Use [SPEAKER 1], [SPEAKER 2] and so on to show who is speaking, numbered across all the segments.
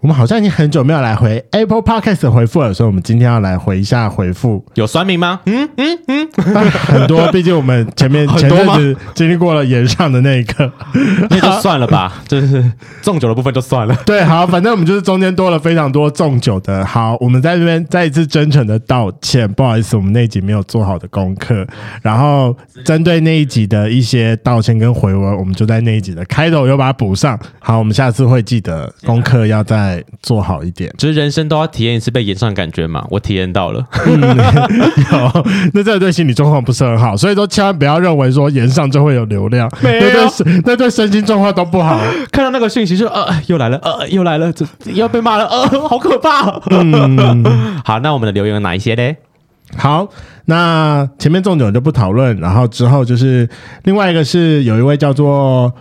[SPEAKER 1] 我们好像已经很久没有来回 Apple Podcast 的回复了，所以我们今天要来回一下回复。
[SPEAKER 2] 有酸民吗？嗯嗯嗯，
[SPEAKER 1] 但很多，毕竟我们前面
[SPEAKER 2] 很
[SPEAKER 1] 前
[SPEAKER 2] 多
[SPEAKER 1] 阵
[SPEAKER 2] 吗
[SPEAKER 1] 子经历过了演上的那一刻。
[SPEAKER 2] 那就算了吧， 就是中酒的部分就算了。
[SPEAKER 1] 对，好，反正我们就是中间多了非常多中酒的。好，我们在这边再一次真诚的道歉，不好意思，我们那一集没有做好的功课。然后针对那一集的一些道歉跟回文，我们就在那一集的开头又把它补上。好，我们下次会记得功课要再做好一点。
[SPEAKER 2] 就是人生都要体验一次被延上的感觉嘛，我体验到了。
[SPEAKER 1] 有，哦那这个对心理状况不是很好，所以说千万不要认为说延上就会有流量，
[SPEAKER 2] 没有
[SPEAKER 1] 那对身那对身心状况都不好。
[SPEAKER 2] 看到那个讯息就呃又来了，呃又来了，这这要被骂了，呃 好可怕。嗯 好，那我们的留言有哪一些嘞？
[SPEAKER 1] 好，那前面重点就不讨论，然后之后就是另外一个是有一位叫做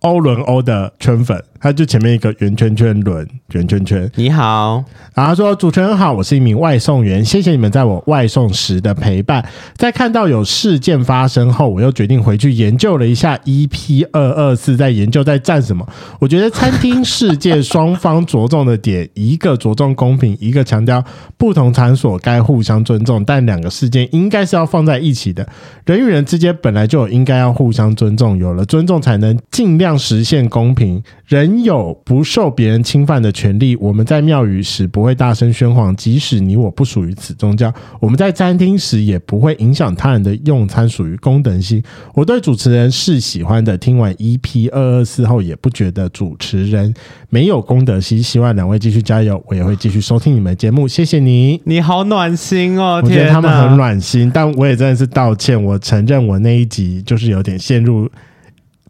[SPEAKER 1] 欧伦欧的圈粉，他就前面一个圆圈圈轮圆圈圈，
[SPEAKER 2] 你好，
[SPEAKER 1] 然后他说：“主持人好，我是一名外送员，谢谢你们在我外送时的陪伴。在看到有事件发生后，我又决定回去研究了一下 EP 二二四在研究在战什么。我觉得餐厅世界双方着重的点，一个着重公平，一个强调不同场所该互相尊重，但两个事件应该是要放在一起的。人与人之间本来就有应该要互相尊重，有了尊重才能尽量实现公平。人有不受别人侵犯的权利。我们在庙宇时不会大声喧哗，即使你我不属于此宗教；我们在餐厅时也不会影响他人的用餐，属于公等性。我对主持人是喜欢的，听完 EP 二二四后也不觉得主持人没有公德心。希望两位继续加油，我也会继续收听你们的节目，谢谢你。
[SPEAKER 2] 你好暖心哦，
[SPEAKER 1] 我觉
[SPEAKER 2] 天
[SPEAKER 1] 得他们
[SPEAKER 2] 哪
[SPEAKER 1] 很暖心，但我也真的是道歉，我承认我那一集就是有点陷入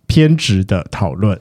[SPEAKER 1] 偏执的讨论，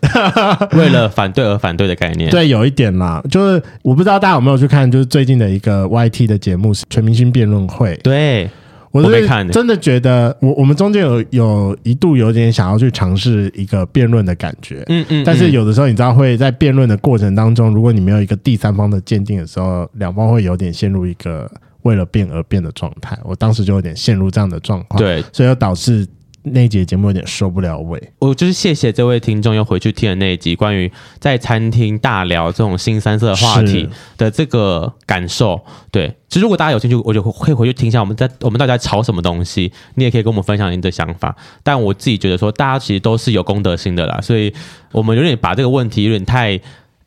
[SPEAKER 2] 为了反对而反对的概念。，
[SPEAKER 1] 对，有一点啦，就是我不知道大家有没有去看，就是最近的一个 YT 的节目是全明星辩论会，
[SPEAKER 2] 对，
[SPEAKER 1] 我
[SPEAKER 2] 我
[SPEAKER 1] 是
[SPEAKER 2] 没看欸
[SPEAKER 1] 真的觉得我我们中间有有一度有点想要去尝试一个辩论的感觉，
[SPEAKER 2] 嗯嗯，
[SPEAKER 1] 但是
[SPEAKER 2] 嗯
[SPEAKER 1] 有的时候，你知道会在辩论的过程当中，如果你没有一个第三方的鉴定的时候，两方会有点陷入一个为了辩而辩的状态。我当时就有点陷入这样的状况，，
[SPEAKER 2] 对
[SPEAKER 1] 所以又导致那一节节目有点受不了尾。
[SPEAKER 2] 我就是谢谢这位听众又回去听了那一集关于在餐厅大聊这种新三色的话题的这个感受。对，其实如果大家有兴趣，我就可以回去听一下我们在我们到底在吵什么东西，你也可以跟我们分享你的想法。但我自己觉得说，大家其实都是有公德心的啦，所以我们有点把这个问题有点太。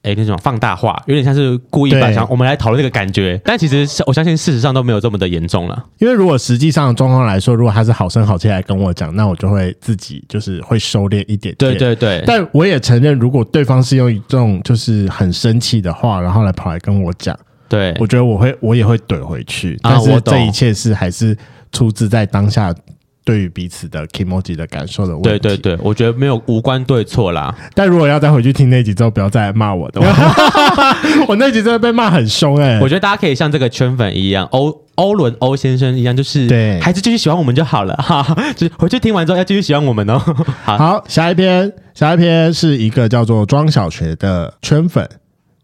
[SPEAKER 2] 哎，那种放大化，有点像是故意把
[SPEAKER 1] 对
[SPEAKER 2] 想我们来讨论这个感觉，但其实我相信事实上都没有这么的严重了。
[SPEAKER 1] 因为如果实际上的状况来说，如果他是好声好气来跟我讲，那我就会自己就是会收敛一点点。
[SPEAKER 2] 对对对，
[SPEAKER 1] 但我也承认，如果对方是用一种就是很生气的话，然后来跑来跟我讲，
[SPEAKER 2] 对，
[SPEAKER 1] 我觉得我会我也会怼回去，
[SPEAKER 2] 啊
[SPEAKER 1] 但
[SPEAKER 2] 我
[SPEAKER 1] 是
[SPEAKER 2] 懂
[SPEAKER 1] 这一切是还是出自在当下对于彼此的 emoji 的感受的问
[SPEAKER 2] 对
[SPEAKER 1] 题。
[SPEAKER 2] 对。对，我觉得没有无关对错啦。
[SPEAKER 1] 但如果要再回去听那集之后，不要再骂我的，我 我那集真的被骂很凶哎、
[SPEAKER 2] 我觉得大家可以像这个圈粉一样，欧欧伦欧先生一样，就是
[SPEAKER 1] 对
[SPEAKER 2] 还是继续喜欢我们就好了， 哈哈，就是回去听完之后要继续喜欢我们哦。 好，
[SPEAKER 1] 好，下一篇，下一篇是一个叫做庄小学的圈粉，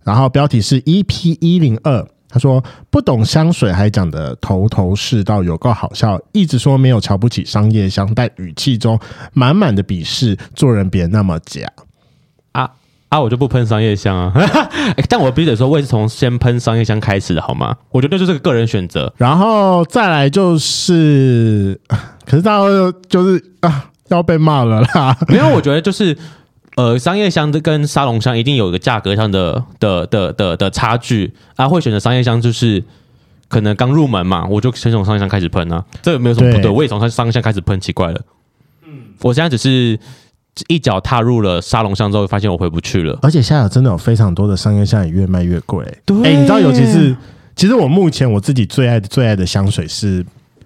[SPEAKER 1] 然后标题是 EP 一零二。他说不懂香水还讲的头头是道，有够好笑，一直说没有瞧不起商业香，但语气中满满的鄙视，做人别那么假。
[SPEAKER 2] 啊啊，我就不喷商业香啊， 欸但我必须得说，我也是从先喷商业香开始的，好吗？我觉得就是个个人选择。
[SPEAKER 1] 然后再来就是，啊可是到就是啊，要被骂了啦。
[SPEAKER 2] 没有，我觉得就是。呃，商业香跟沙龙香一定有一个价格上的的的的的差距啊，会选择商业香就是可能刚入门嘛，我就先从商业香开始喷啊，这没有什么不对，
[SPEAKER 1] 对
[SPEAKER 2] 我也从商商业香开始喷，奇怪了。嗯，我现在只是一脚踏入了沙龙香之后，发现我回不去了。
[SPEAKER 1] 而且现在有真的有非常多的商业香也越卖越贵。
[SPEAKER 2] 对
[SPEAKER 1] 哎、你知道，尤其是其实我目前我自己最爱的最爱的香水是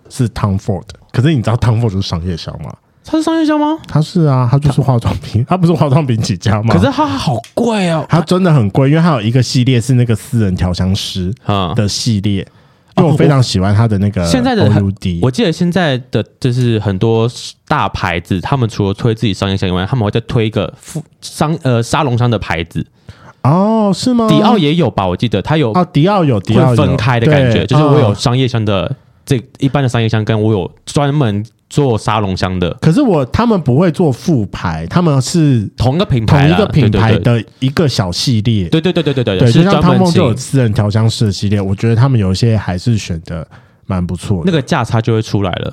[SPEAKER 1] 是 Tom Ford，可是你知道 Tom Ford 就是商业香吗？
[SPEAKER 2] 它是商业香吗？
[SPEAKER 1] 它是啊，它就是化妆 品，它不是化妆品起家吗？
[SPEAKER 2] 可是它好贵哦。
[SPEAKER 1] 它真的很贵，因为它有一个系列是那个私人调香师
[SPEAKER 2] 啊、
[SPEAKER 1] 的系列，
[SPEAKER 2] 哦
[SPEAKER 1] 因为我非常喜欢它的那个
[SPEAKER 2] 现在的
[SPEAKER 1] OUD，
[SPEAKER 2] 我记得现在的就是很多大牌子，他们除了推自己商业香以外，他们会再推一个副商呃沙龙香的牌子。
[SPEAKER 1] 哦是吗？
[SPEAKER 2] 迪奥也有吧？我记得它有
[SPEAKER 1] 哦，迪奥有迪奥有
[SPEAKER 2] 会分开的感觉，
[SPEAKER 1] 对
[SPEAKER 2] 就是我有
[SPEAKER 1] 哦
[SPEAKER 2] 商业香的这一般的商业香，跟我有专门做沙龙香的
[SPEAKER 1] 可是我他们不会做副牌，他们是
[SPEAKER 2] 同一个品
[SPEAKER 1] 同
[SPEAKER 2] 牌
[SPEAKER 1] 一
[SPEAKER 2] 啦，
[SPEAKER 1] 个品牌
[SPEAKER 2] 对对
[SPEAKER 1] 的一个小系列。
[SPEAKER 2] 对对对对对对
[SPEAKER 1] 对，就
[SPEAKER 2] 是
[SPEAKER 1] 像
[SPEAKER 2] 专
[SPEAKER 1] 汤
[SPEAKER 2] 门
[SPEAKER 1] 梦就有
[SPEAKER 2] 请
[SPEAKER 1] 私人调香师的系列，我觉得他们有一些还是选的蛮不错的，
[SPEAKER 2] 那个价差就会出来了。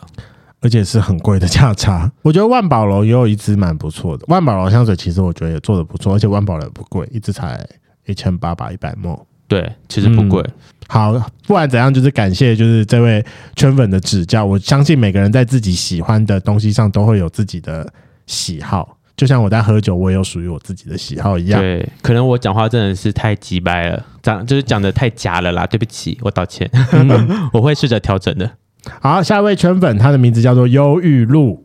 [SPEAKER 1] 而且是很贵的价差。 我觉得万宝楼也有一支蛮不错的，万宝楼香水其实我觉得也做的不错，而且万宝楼也不贵，一支才一千八百一百墨。
[SPEAKER 2] 对，其实不贵。
[SPEAKER 1] 嗯好，不管怎样，就是感谢就是这位圈粉的指教。我相信每个人在自己喜欢的东西上都会有自己的喜好，就像我在喝酒，我也有属于我自己的喜好一样。
[SPEAKER 2] 对，可能我讲话真的是太急掰了，讲就是讲的太假了啦，对不起，我道歉， 我会试着调整的。
[SPEAKER 1] 好，下一位圈粉，他的名字叫做忧郁露，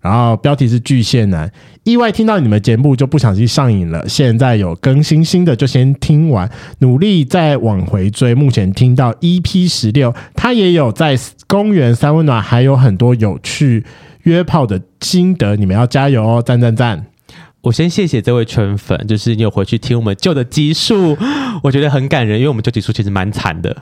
[SPEAKER 1] 然后标题是巨蟹男。意外听到你们节目就不小心上瘾了，现在有更新新的就先听完，努力再往回追。目前听到 EP 十六，他也有在公园三温暖，还有很多有趣约炮的心得，你们要加油哦！赞赞赞！
[SPEAKER 2] 我先谢谢这位圈粉，就是你有回去听我们旧的集数，我觉得很感人，因为我们旧集数其实蛮惨的。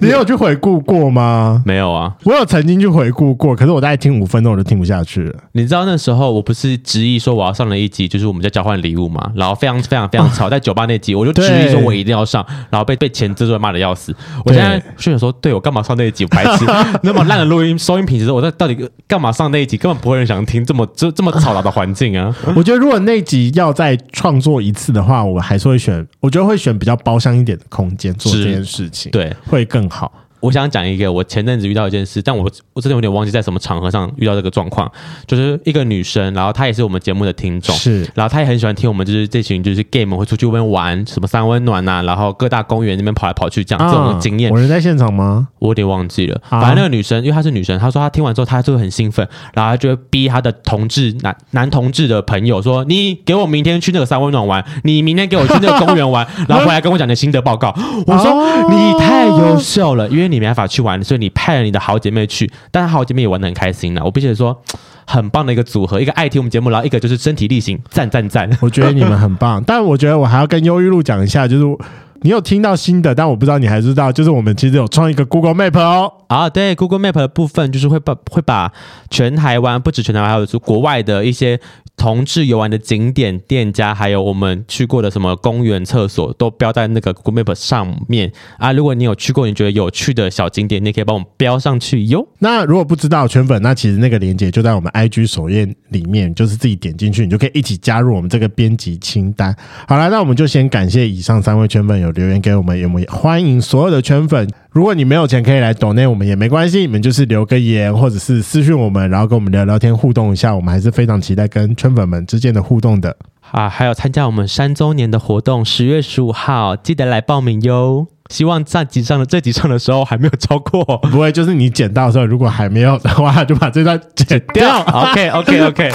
[SPEAKER 1] 你有去回顾过吗？
[SPEAKER 2] 没有啊，
[SPEAKER 1] 我有曾经去回顾过，可是我大概听五分钟我就听不下去了。
[SPEAKER 2] 你知道那时候我不是执意说我要上了一集，就是我们在交换礼物嘛，然后非常非常非常吵，在酒吧那集我就执意
[SPEAKER 1] 对
[SPEAKER 2] 说我一定要上，然后被被前制作人骂的要死。我现在就想说，对我干嘛上那一集，白 痴，那么烂的录音收音品质，我在到底干嘛上那一集？根本不会有人想听这么这这么吵闹的环境啊！
[SPEAKER 1] 我觉得如果那集要再创作一次的话，我还是会选，我觉得会选比较包厢一点的空间做
[SPEAKER 2] 是
[SPEAKER 1] 这件事情，，
[SPEAKER 2] 对，
[SPEAKER 1] 会更好。
[SPEAKER 2] 我想讲一个，我前阵子遇到一件事，但我我真的有点忘记在什么场合上遇到这个状况，就是一个女生，然后她也是我们节目的听众，
[SPEAKER 1] 是
[SPEAKER 2] 然后她也很喜欢听我们就是这群就是 gay 们会出去外面玩，什么三温暖呐、然后各大公园那边跑来跑去这样、这种经验
[SPEAKER 1] 啊，我人在现场吗？
[SPEAKER 2] 我有点忘记了。
[SPEAKER 1] 啊
[SPEAKER 2] 反正那个女生，因为她是女生，她说她听完之后，她就会很兴奋，然后她就会逼她的同志男男同志的朋友说：“你给我明天去那个三温暖玩，你明天给我去那个公园玩，然后回来跟我讲你的心得报告。”我说：“
[SPEAKER 1] 哦
[SPEAKER 2] 你太优秀了，因为你没办法去玩，所以你派了你的好姐妹去，但她好姐妹也玩的很开心了。我必须得说，很棒的一个组合，一个爱听我们节目，然后一个就是身体力行，赞赞赞。
[SPEAKER 1] 我觉得你们很棒，但我觉得我还要跟忧郁路讲一下，就是你有听到新的，但我不知道你还知道，就是我们其实有创一个 Google Map 哦。
[SPEAKER 2] 啊，对，Google Map 的部分就是会把会把全台湾不止全台湾，还有国外的一些同志游玩的景点、店家，还有我们去过的什么公园、厕所，都标在那个 Google Map 上面啊。如果你有去过，你觉得有趣的小景点，你也可以帮我们标上去哟。
[SPEAKER 1] 那如果不知道圈粉，那其实那个链接就在我们 IG 首页里面，就是自己点进去，你就可以一起加入我们这个编辑清单。好了，那我们就先感谢以上三位圈粉有留言给我们，也我们也欢迎所有的圈粉。如果你没有钱可以来抖内我们也没关系，你们就是留个言或者是私讯我们，然后跟我们聊聊天互动一下，我们还是非常期待跟圈粉们之间的互动的。
[SPEAKER 2] 啊，还有参加我们三周年的活动，十月十五号记得来报名哟。希望在集上的这集上的时候还没有超过。
[SPEAKER 1] 不会，就是你捡到的时候，如果还没有的话，就把这段剪掉。
[SPEAKER 2] OK OK OK，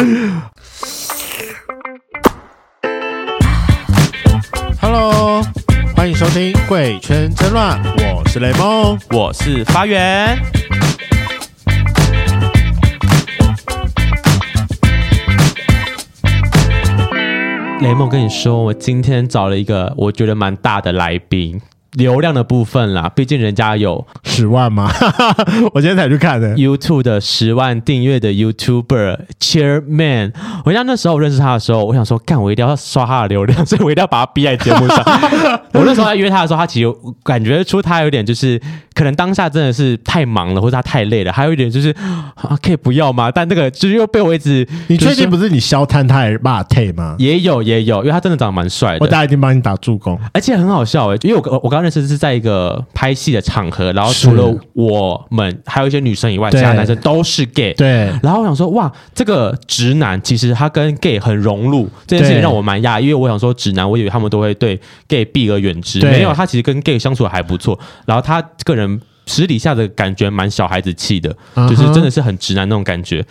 [SPEAKER 1] Hello，欢迎收听《贵圈争乱》，我是雷梦。
[SPEAKER 2] 我是发源。雷梦跟你说，我今天找了一个我觉得蛮大的来宾，流量的部分啦，毕竟人家有
[SPEAKER 1] 十万吗？ 我今天才去看的。
[SPEAKER 2] YouTube 的十万订阅的 YouTuber Chairman。我想那时候我认识他的时候，我想说，干，我一定要刷他的流量， 所以我一定要把他逼在 节目上。我那时候在约他的时候，他其实有感觉出他有点就是，可能当下真的是太忙了，或者他太累了，还有一点就是、啊、可以不要吗？但那个就是又被我一直，
[SPEAKER 1] 你
[SPEAKER 2] 就是
[SPEAKER 1] 确定不是你消摊他也骂 T 吗？
[SPEAKER 2] 也有也有，因为他真的长得蛮帅
[SPEAKER 1] 我
[SPEAKER 2] 的。
[SPEAKER 1] 大家已经帮你打助攻。
[SPEAKER 2] 而且很好笑哎、
[SPEAKER 1] 欸
[SPEAKER 2] 因为我我我刚认识是在一个拍戏的场合，然后除了
[SPEAKER 1] 是
[SPEAKER 2] 我们还有一些女生以外，其
[SPEAKER 1] 对
[SPEAKER 2] 他男生都是 gay，
[SPEAKER 1] 对，
[SPEAKER 2] 然后我想说，哇，这个直男其实他跟 gay 很融入，这件事情
[SPEAKER 1] 对
[SPEAKER 2] 让我蛮讶异，因为我想说直男，我以为他们都会对 gay 避而远之，
[SPEAKER 1] 对
[SPEAKER 2] 没有，他其实跟 gay 相处得还不错。然后他个人私底下的感觉蛮小孩子气的，
[SPEAKER 1] 嗯哼
[SPEAKER 2] 就是真的是很直男那种感觉。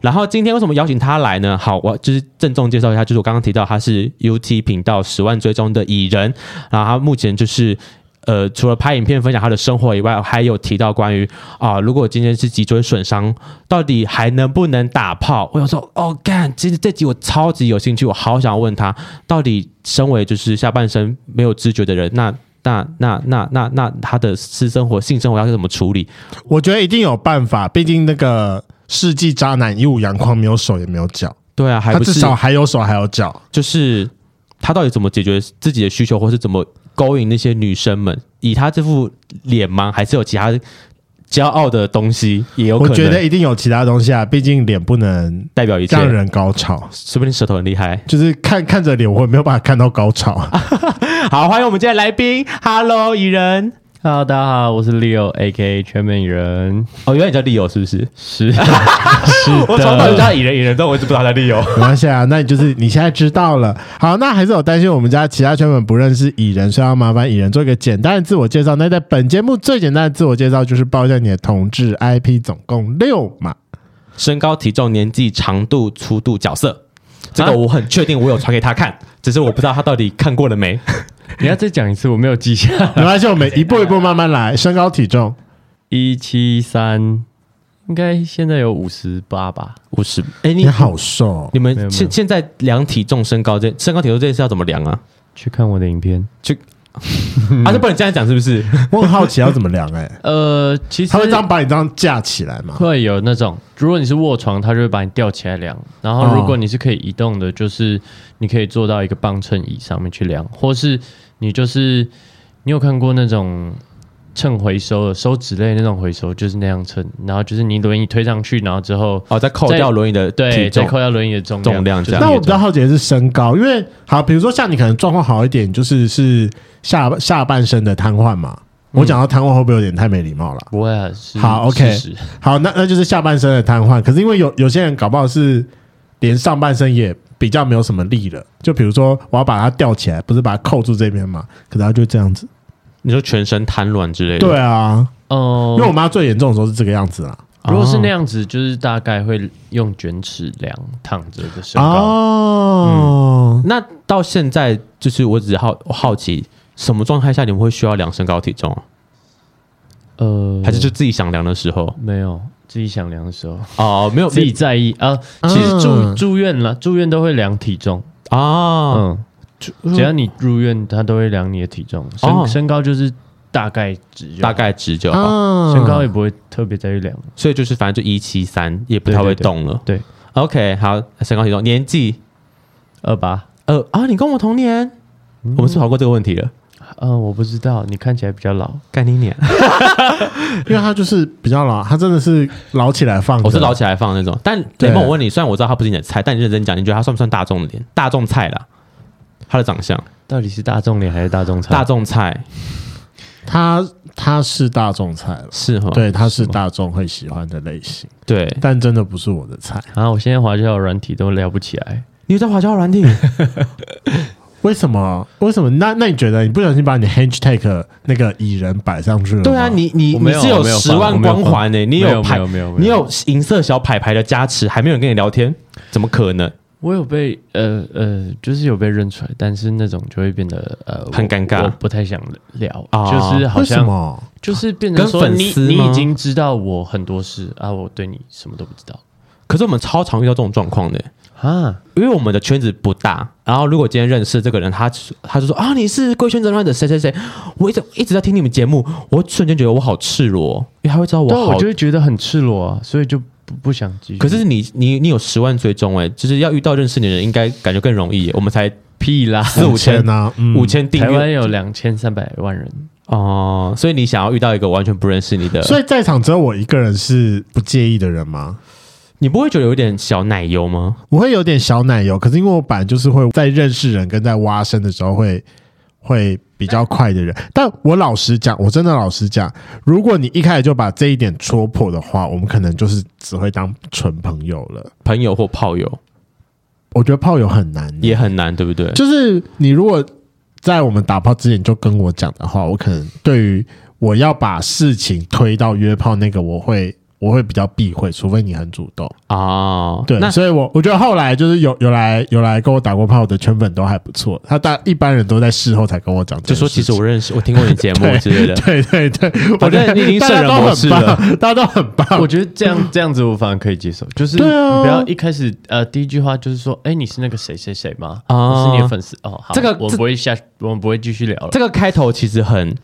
[SPEAKER 2] 然后今天为什么邀请他来呢？好，我就是郑重介绍一下，就是我刚刚提到他是 UT 频道十万追踪的蚁人，然后他目前就是。呃，除了拍影片分享他的生活以外，还有提到关于啊、如果今天是脊椎损伤，到底还能不能打炮？我想说，哦，干，其实这集我超级有兴趣，我好想要问他，到底身为就是下半身没有知觉的人，那那那那那那他的私生活、性生活要怎么处理？
[SPEAKER 1] 我觉得一定有办法，毕竟那个世纪渣男一五阳光没有手也没有脚，
[SPEAKER 2] 对啊，还
[SPEAKER 1] 他
[SPEAKER 2] 不
[SPEAKER 1] 至
[SPEAKER 2] 是
[SPEAKER 1] 少还有手还有脚。
[SPEAKER 2] 就是他到底怎么解决自己的需求，或是怎么勾引那些女生们？以他这副脸吗？还是有其他骄傲的东西？也有可
[SPEAKER 1] 我
[SPEAKER 2] 能
[SPEAKER 1] 觉得一定有其他东西啊，毕竟脸不能
[SPEAKER 2] 代表一切。
[SPEAKER 1] 让人高潮，
[SPEAKER 2] 说不定舌头很厉害。
[SPEAKER 1] 就是看看着脸，我没有办法看到高潮。
[SPEAKER 2] 好，欢迎我们今天的来宾，Hello，蚁人。
[SPEAKER 3] Hello，大家好，我是 Leo A.K. 全美人，
[SPEAKER 2] 哦，原来你叫利友是不是？
[SPEAKER 3] 是是
[SPEAKER 2] 我从小就叫蚁人，蚁人，但我一直不知道他利友。
[SPEAKER 1] 没关系啊，那你就是你现在知道了。好，那还是有担心我们家其他圈粉不认识蚁人，所以要麻烦蚁人做一个简单的自我介绍。那在本节目最简单的自我介绍就是报一下你的同志 IP，总共六嘛。
[SPEAKER 2] 身高、体重、年纪、长度、粗度、角色，这个
[SPEAKER 3] 啊
[SPEAKER 2] 我很确定，我有传给他看，只是我不知道他到底看过了没。
[SPEAKER 3] 你要再讲一次，我没有记 下。
[SPEAKER 1] 没关系，我们一步一步慢慢来。身高体重
[SPEAKER 3] 一七三，应该现在有五十八吧？
[SPEAKER 2] 五十，哎，你
[SPEAKER 1] 你好瘦哦，
[SPEAKER 2] 你
[SPEAKER 3] 没有
[SPEAKER 2] 们
[SPEAKER 3] 没
[SPEAKER 2] 现
[SPEAKER 3] 有
[SPEAKER 2] 现在量体重、身高这身高、体重这件事要怎么量啊？
[SPEAKER 3] 去看我的影片。
[SPEAKER 2] 啊，这不能这样讲，是不是？
[SPEAKER 1] 我很好奇要怎么量哎、
[SPEAKER 3] 呃，其 实
[SPEAKER 1] 他会这样把你这样架起来吗？
[SPEAKER 3] 会有那种，如果你是卧床，它就会把你吊起来量。然后，如果你是可以移动的，就是你可以坐到一个磅秤椅上面去量，或是你就是你有看过那种秤回收的收纸类那种回收，就是那样称。然后就是你轮椅推上去，然后之后
[SPEAKER 2] 哦，再扣
[SPEAKER 3] 在
[SPEAKER 2] 掉轮椅的
[SPEAKER 3] 对
[SPEAKER 2] 体
[SPEAKER 3] 再
[SPEAKER 2] 重
[SPEAKER 3] 扣，掉轮椅的重
[SPEAKER 2] 重量
[SPEAKER 3] 就
[SPEAKER 2] 这样
[SPEAKER 3] 是
[SPEAKER 1] 那我
[SPEAKER 3] 那
[SPEAKER 1] 比较好奇的是身高，因为好，比如说像你可能状况好一点，就是是下下半身的瘫痪嘛。我讲到瘫痪会不会有点太没礼貌了？
[SPEAKER 3] 不会啊，是
[SPEAKER 1] 好，OK
[SPEAKER 3] 事实
[SPEAKER 1] 好，那那就是下半身的瘫痪。可是因为有有些人搞不好是连上半身也比较没有什么力了，就比如说我要把它吊起来，不是把它扣住这边嘛？可是他就这样子。
[SPEAKER 2] 你说全身瘫软之类的。
[SPEAKER 1] 对啊，
[SPEAKER 3] 哦
[SPEAKER 1] 因为我妈最严重的时候是这个样子啦。啊
[SPEAKER 2] 哦，
[SPEAKER 3] 如果是那样子，就是大概会用卷尺量躺着的身高。
[SPEAKER 1] 哦，
[SPEAKER 2] 那到现在就是我只好我好奇，什么状态下你们会需要量身高体重啊？
[SPEAKER 3] 呃，
[SPEAKER 2] 还是就自己想量的时候？
[SPEAKER 3] 没有自己想量的 时候，
[SPEAKER 2] 哦，没有
[SPEAKER 3] 自己在意啊。其实
[SPEAKER 1] 嗯
[SPEAKER 3] 住住院了，住院都会量体重。
[SPEAKER 2] 啊，
[SPEAKER 3] 嗯，只要你入院，他都会量你的体重，
[SPEAKER 2] 哦
[SPEAKER 3] 身身高就是大概值就好，
[SPEAKER 2] 大概值就好。
[SPEAKER 1] 啊
[SPEAKER 3] 嗯身高也不会特别在意量。
[SPEAKER 2] 所以就是反正就一七三，也不太会动了。
[SPEAKER 3] 对对
[SPEAKER 2] o k 好，身高体重年纪，
[SPEAKER 3] 二八，
[SPEAKER 2] 呃啊，你跟我同年，我们是跑过这个问题了，
[SPEAKER 3] 嗯，我不知道，你看起来比较老，
[SPEAKER 2] 干你年，
[SPEAKER 1] 因为他就是比较老，他真的是老起来放的。
[SPEAKER 2] 我是捞起来放那种。但
[SPEAKER 1] 对
[SPEAKER 2] 雷梦，我问你，虽然我知道他不是你的菜，但你认真讲，你觉得他算不算大众脸？大众菜啦，他的长相，
[SPEAKER 3] 到底是大众脸还是大众差？
[SPEAKER 2] 大众菜
[SPEAKER 1] 他他是大众菜了，
[SPEAKER 2] 是
[SPEAKER 3] 哦
[SPEAKER 2] 哈？
[SPEAKER 1] 对，他是大众会喜欢的类型，
[SPEAKER 2] 对，
[SPEAKER 1] 但真的不是我的菜。
[SPEAKER 3] 啊，我现在滑交友软体都聊不起来，
[SPEAKER 2] 你有在华侨软体？
[SPEAKER 1] 为什么？为什么？那那你觉得你不小心把你 hashtag 那个蚁人摆上去了吗？
[SPEAKER 2] 对啊，你你
[SPEAKER 3] 我
[SPEAKER 2] 你
[SPEAKER 3] 没有
[SPEAKER 2] 是
[SPEAKER 3] 我没有
[SPEAKER 2] 十
[SPEAKER 3] 放
[SPEAKER 2] 万
[SPEAKER 3] 我没有
[SPEAKER 2] 光
[SPEAKER 3] 放
[SPEAKER 2] 环欸呢，你
[SPEAKER 3] 没有
[SPEAKER 2] 牌
[SPEAKER 3] 没有没有没有
[SPEAKER 2] 你有银色小牌牌的加持，还没有人跟你聊天，怎么可能？
[SPEAKER 3] 我有被呃呃，就是有被认出来，但是那种就会变得呃
[SPEAKER 2] 很
[SPEAKER 3] 我
[SPEAKER 2] 尴尬
[SPEAKER 3] 我不太想聊，
[SPEAKER 2] 哦
[SPEAKER 3] 就是好
[SPEAKER 1] 为什
[SPEAKER 3] 像
[SPEAKER 1] 么？
[SPEAKER 3] 就是变成说
[SPEAKER 2] 跟粉
[SPEAKER 3] 你
[SPEAKER 2] 丝
[SPEAKER 3] 你
[SPEAKER 2] 吗
[SPEAKER 3] 已经知道我很多事啊，我对你什么都不知道
[SPEAKER 2] 可是我们超常遇到这种状况的。
[SPEAKER 3] 啊，
[SPEAKER 2] 因为我们的圈子不大，然后如果今天认识这个人，他他就说啊，你是贵圈争乱者谁谁谁，我一直一直在听你们节目，我瞬间觉得我好赤裸，哦因为他会知道
[SPEAKER 3] 对啊，
[SPEAKER 2] 我好
[SPEAKER 3] 我就。会觉得很赤裸啊，所以就不不想继续。
[SPEAKER 2] 嗯可是你你你有十万追踪哎、就是要遇到认识你的人，应该感觉更容易耶、我们才
[SPEAKER 3] 屁啦，
[SPEAKER 2] 四五千、啊
[SPEAKER 1] 呢？嗯
[SPEAKER 2] 五。千订
[SPEAKER 3] 台湾
[SPEAKER 2] 阅
[SPEAKER 3] 有两千三百万人，
[SPEAKER 2] 哦、所以你想要遇到一个完全不认识你的，
[SPEAKER 1] 所以在场只有我一个人是不介意的人吗？
[SPEAKER 2] 你不会觉得有点小奶油吗？
[SPEAKER 1] 我会有点小奶油，可是因为我本来就是会在认识人跟在挖深的时候会会比较快的人。但我老实讲，我真的老实讲，如果你一开始就把这一点戳破的话，我们可能就是只会当纯朋友了。
[SPEAKER 2] 朋友或炮友
[SPEAKER 1] 我觉得炮友很难，欸
[SPEAKER 2] 也很难，对不对？
[SPEAKER 1] 嗯就是你如果在我们打炮之前就跟我讲的话，我可能对于我要把事情推到约炮那个，我会。我会比较避讳，除非你很主动。
[SPEAKER 2] 哦，
[SPEAKER 1] 对，
[SPEAKER 2] 那
[SPEAKER 1] 所以我我觉得后来就是有有来有来跟我打过炮的圈粉都还不错，他大一般人都在事后才跟我讲这件
[SPEAKER 2] 就
[SPEAKER 1] 事情，。
[SPEAKER 2] 说其实我认识，我听过你节目之类的
[SPEAKER 1] 对对对，我
[SPEAKER 2] 反
[SPEAKER 1] 觉
[SPEAKER 2] 正
[SPEAKER 1] 得
[SPEAKER 2] 你已经
[SPEAKER 1] 大家
[SPEAKER 2] 圣人
[SPEAKER 1] 都
[SPEAKER 2] 模
[SPEAKER 1] 很
[SPEAKER 2] 式
[SPEAKER 1] 棒，大家都很
[SPEAKER 2] 啊
[SPEAKER 1] 棒。
[SPEAKER 3] 我觉得这样这样子我反而可以接受，就是你
[SPEAKER 1] 对啊
[SPEAKER 3] 不要一开始呃第一句话就是说，哎、你是那个谁谁谁吗？
[SPEAKER 2] 啊
[SPEAKER 3] 我是你的粉丝哦，好，
[SPEAKER 2] 这个
[SPEAKER 3] 我
[SPEAKER 2] 这
[SPEAKER 3] 不会下，我们不会继续聊了。
[SPEAKER 2] 这个开头其实很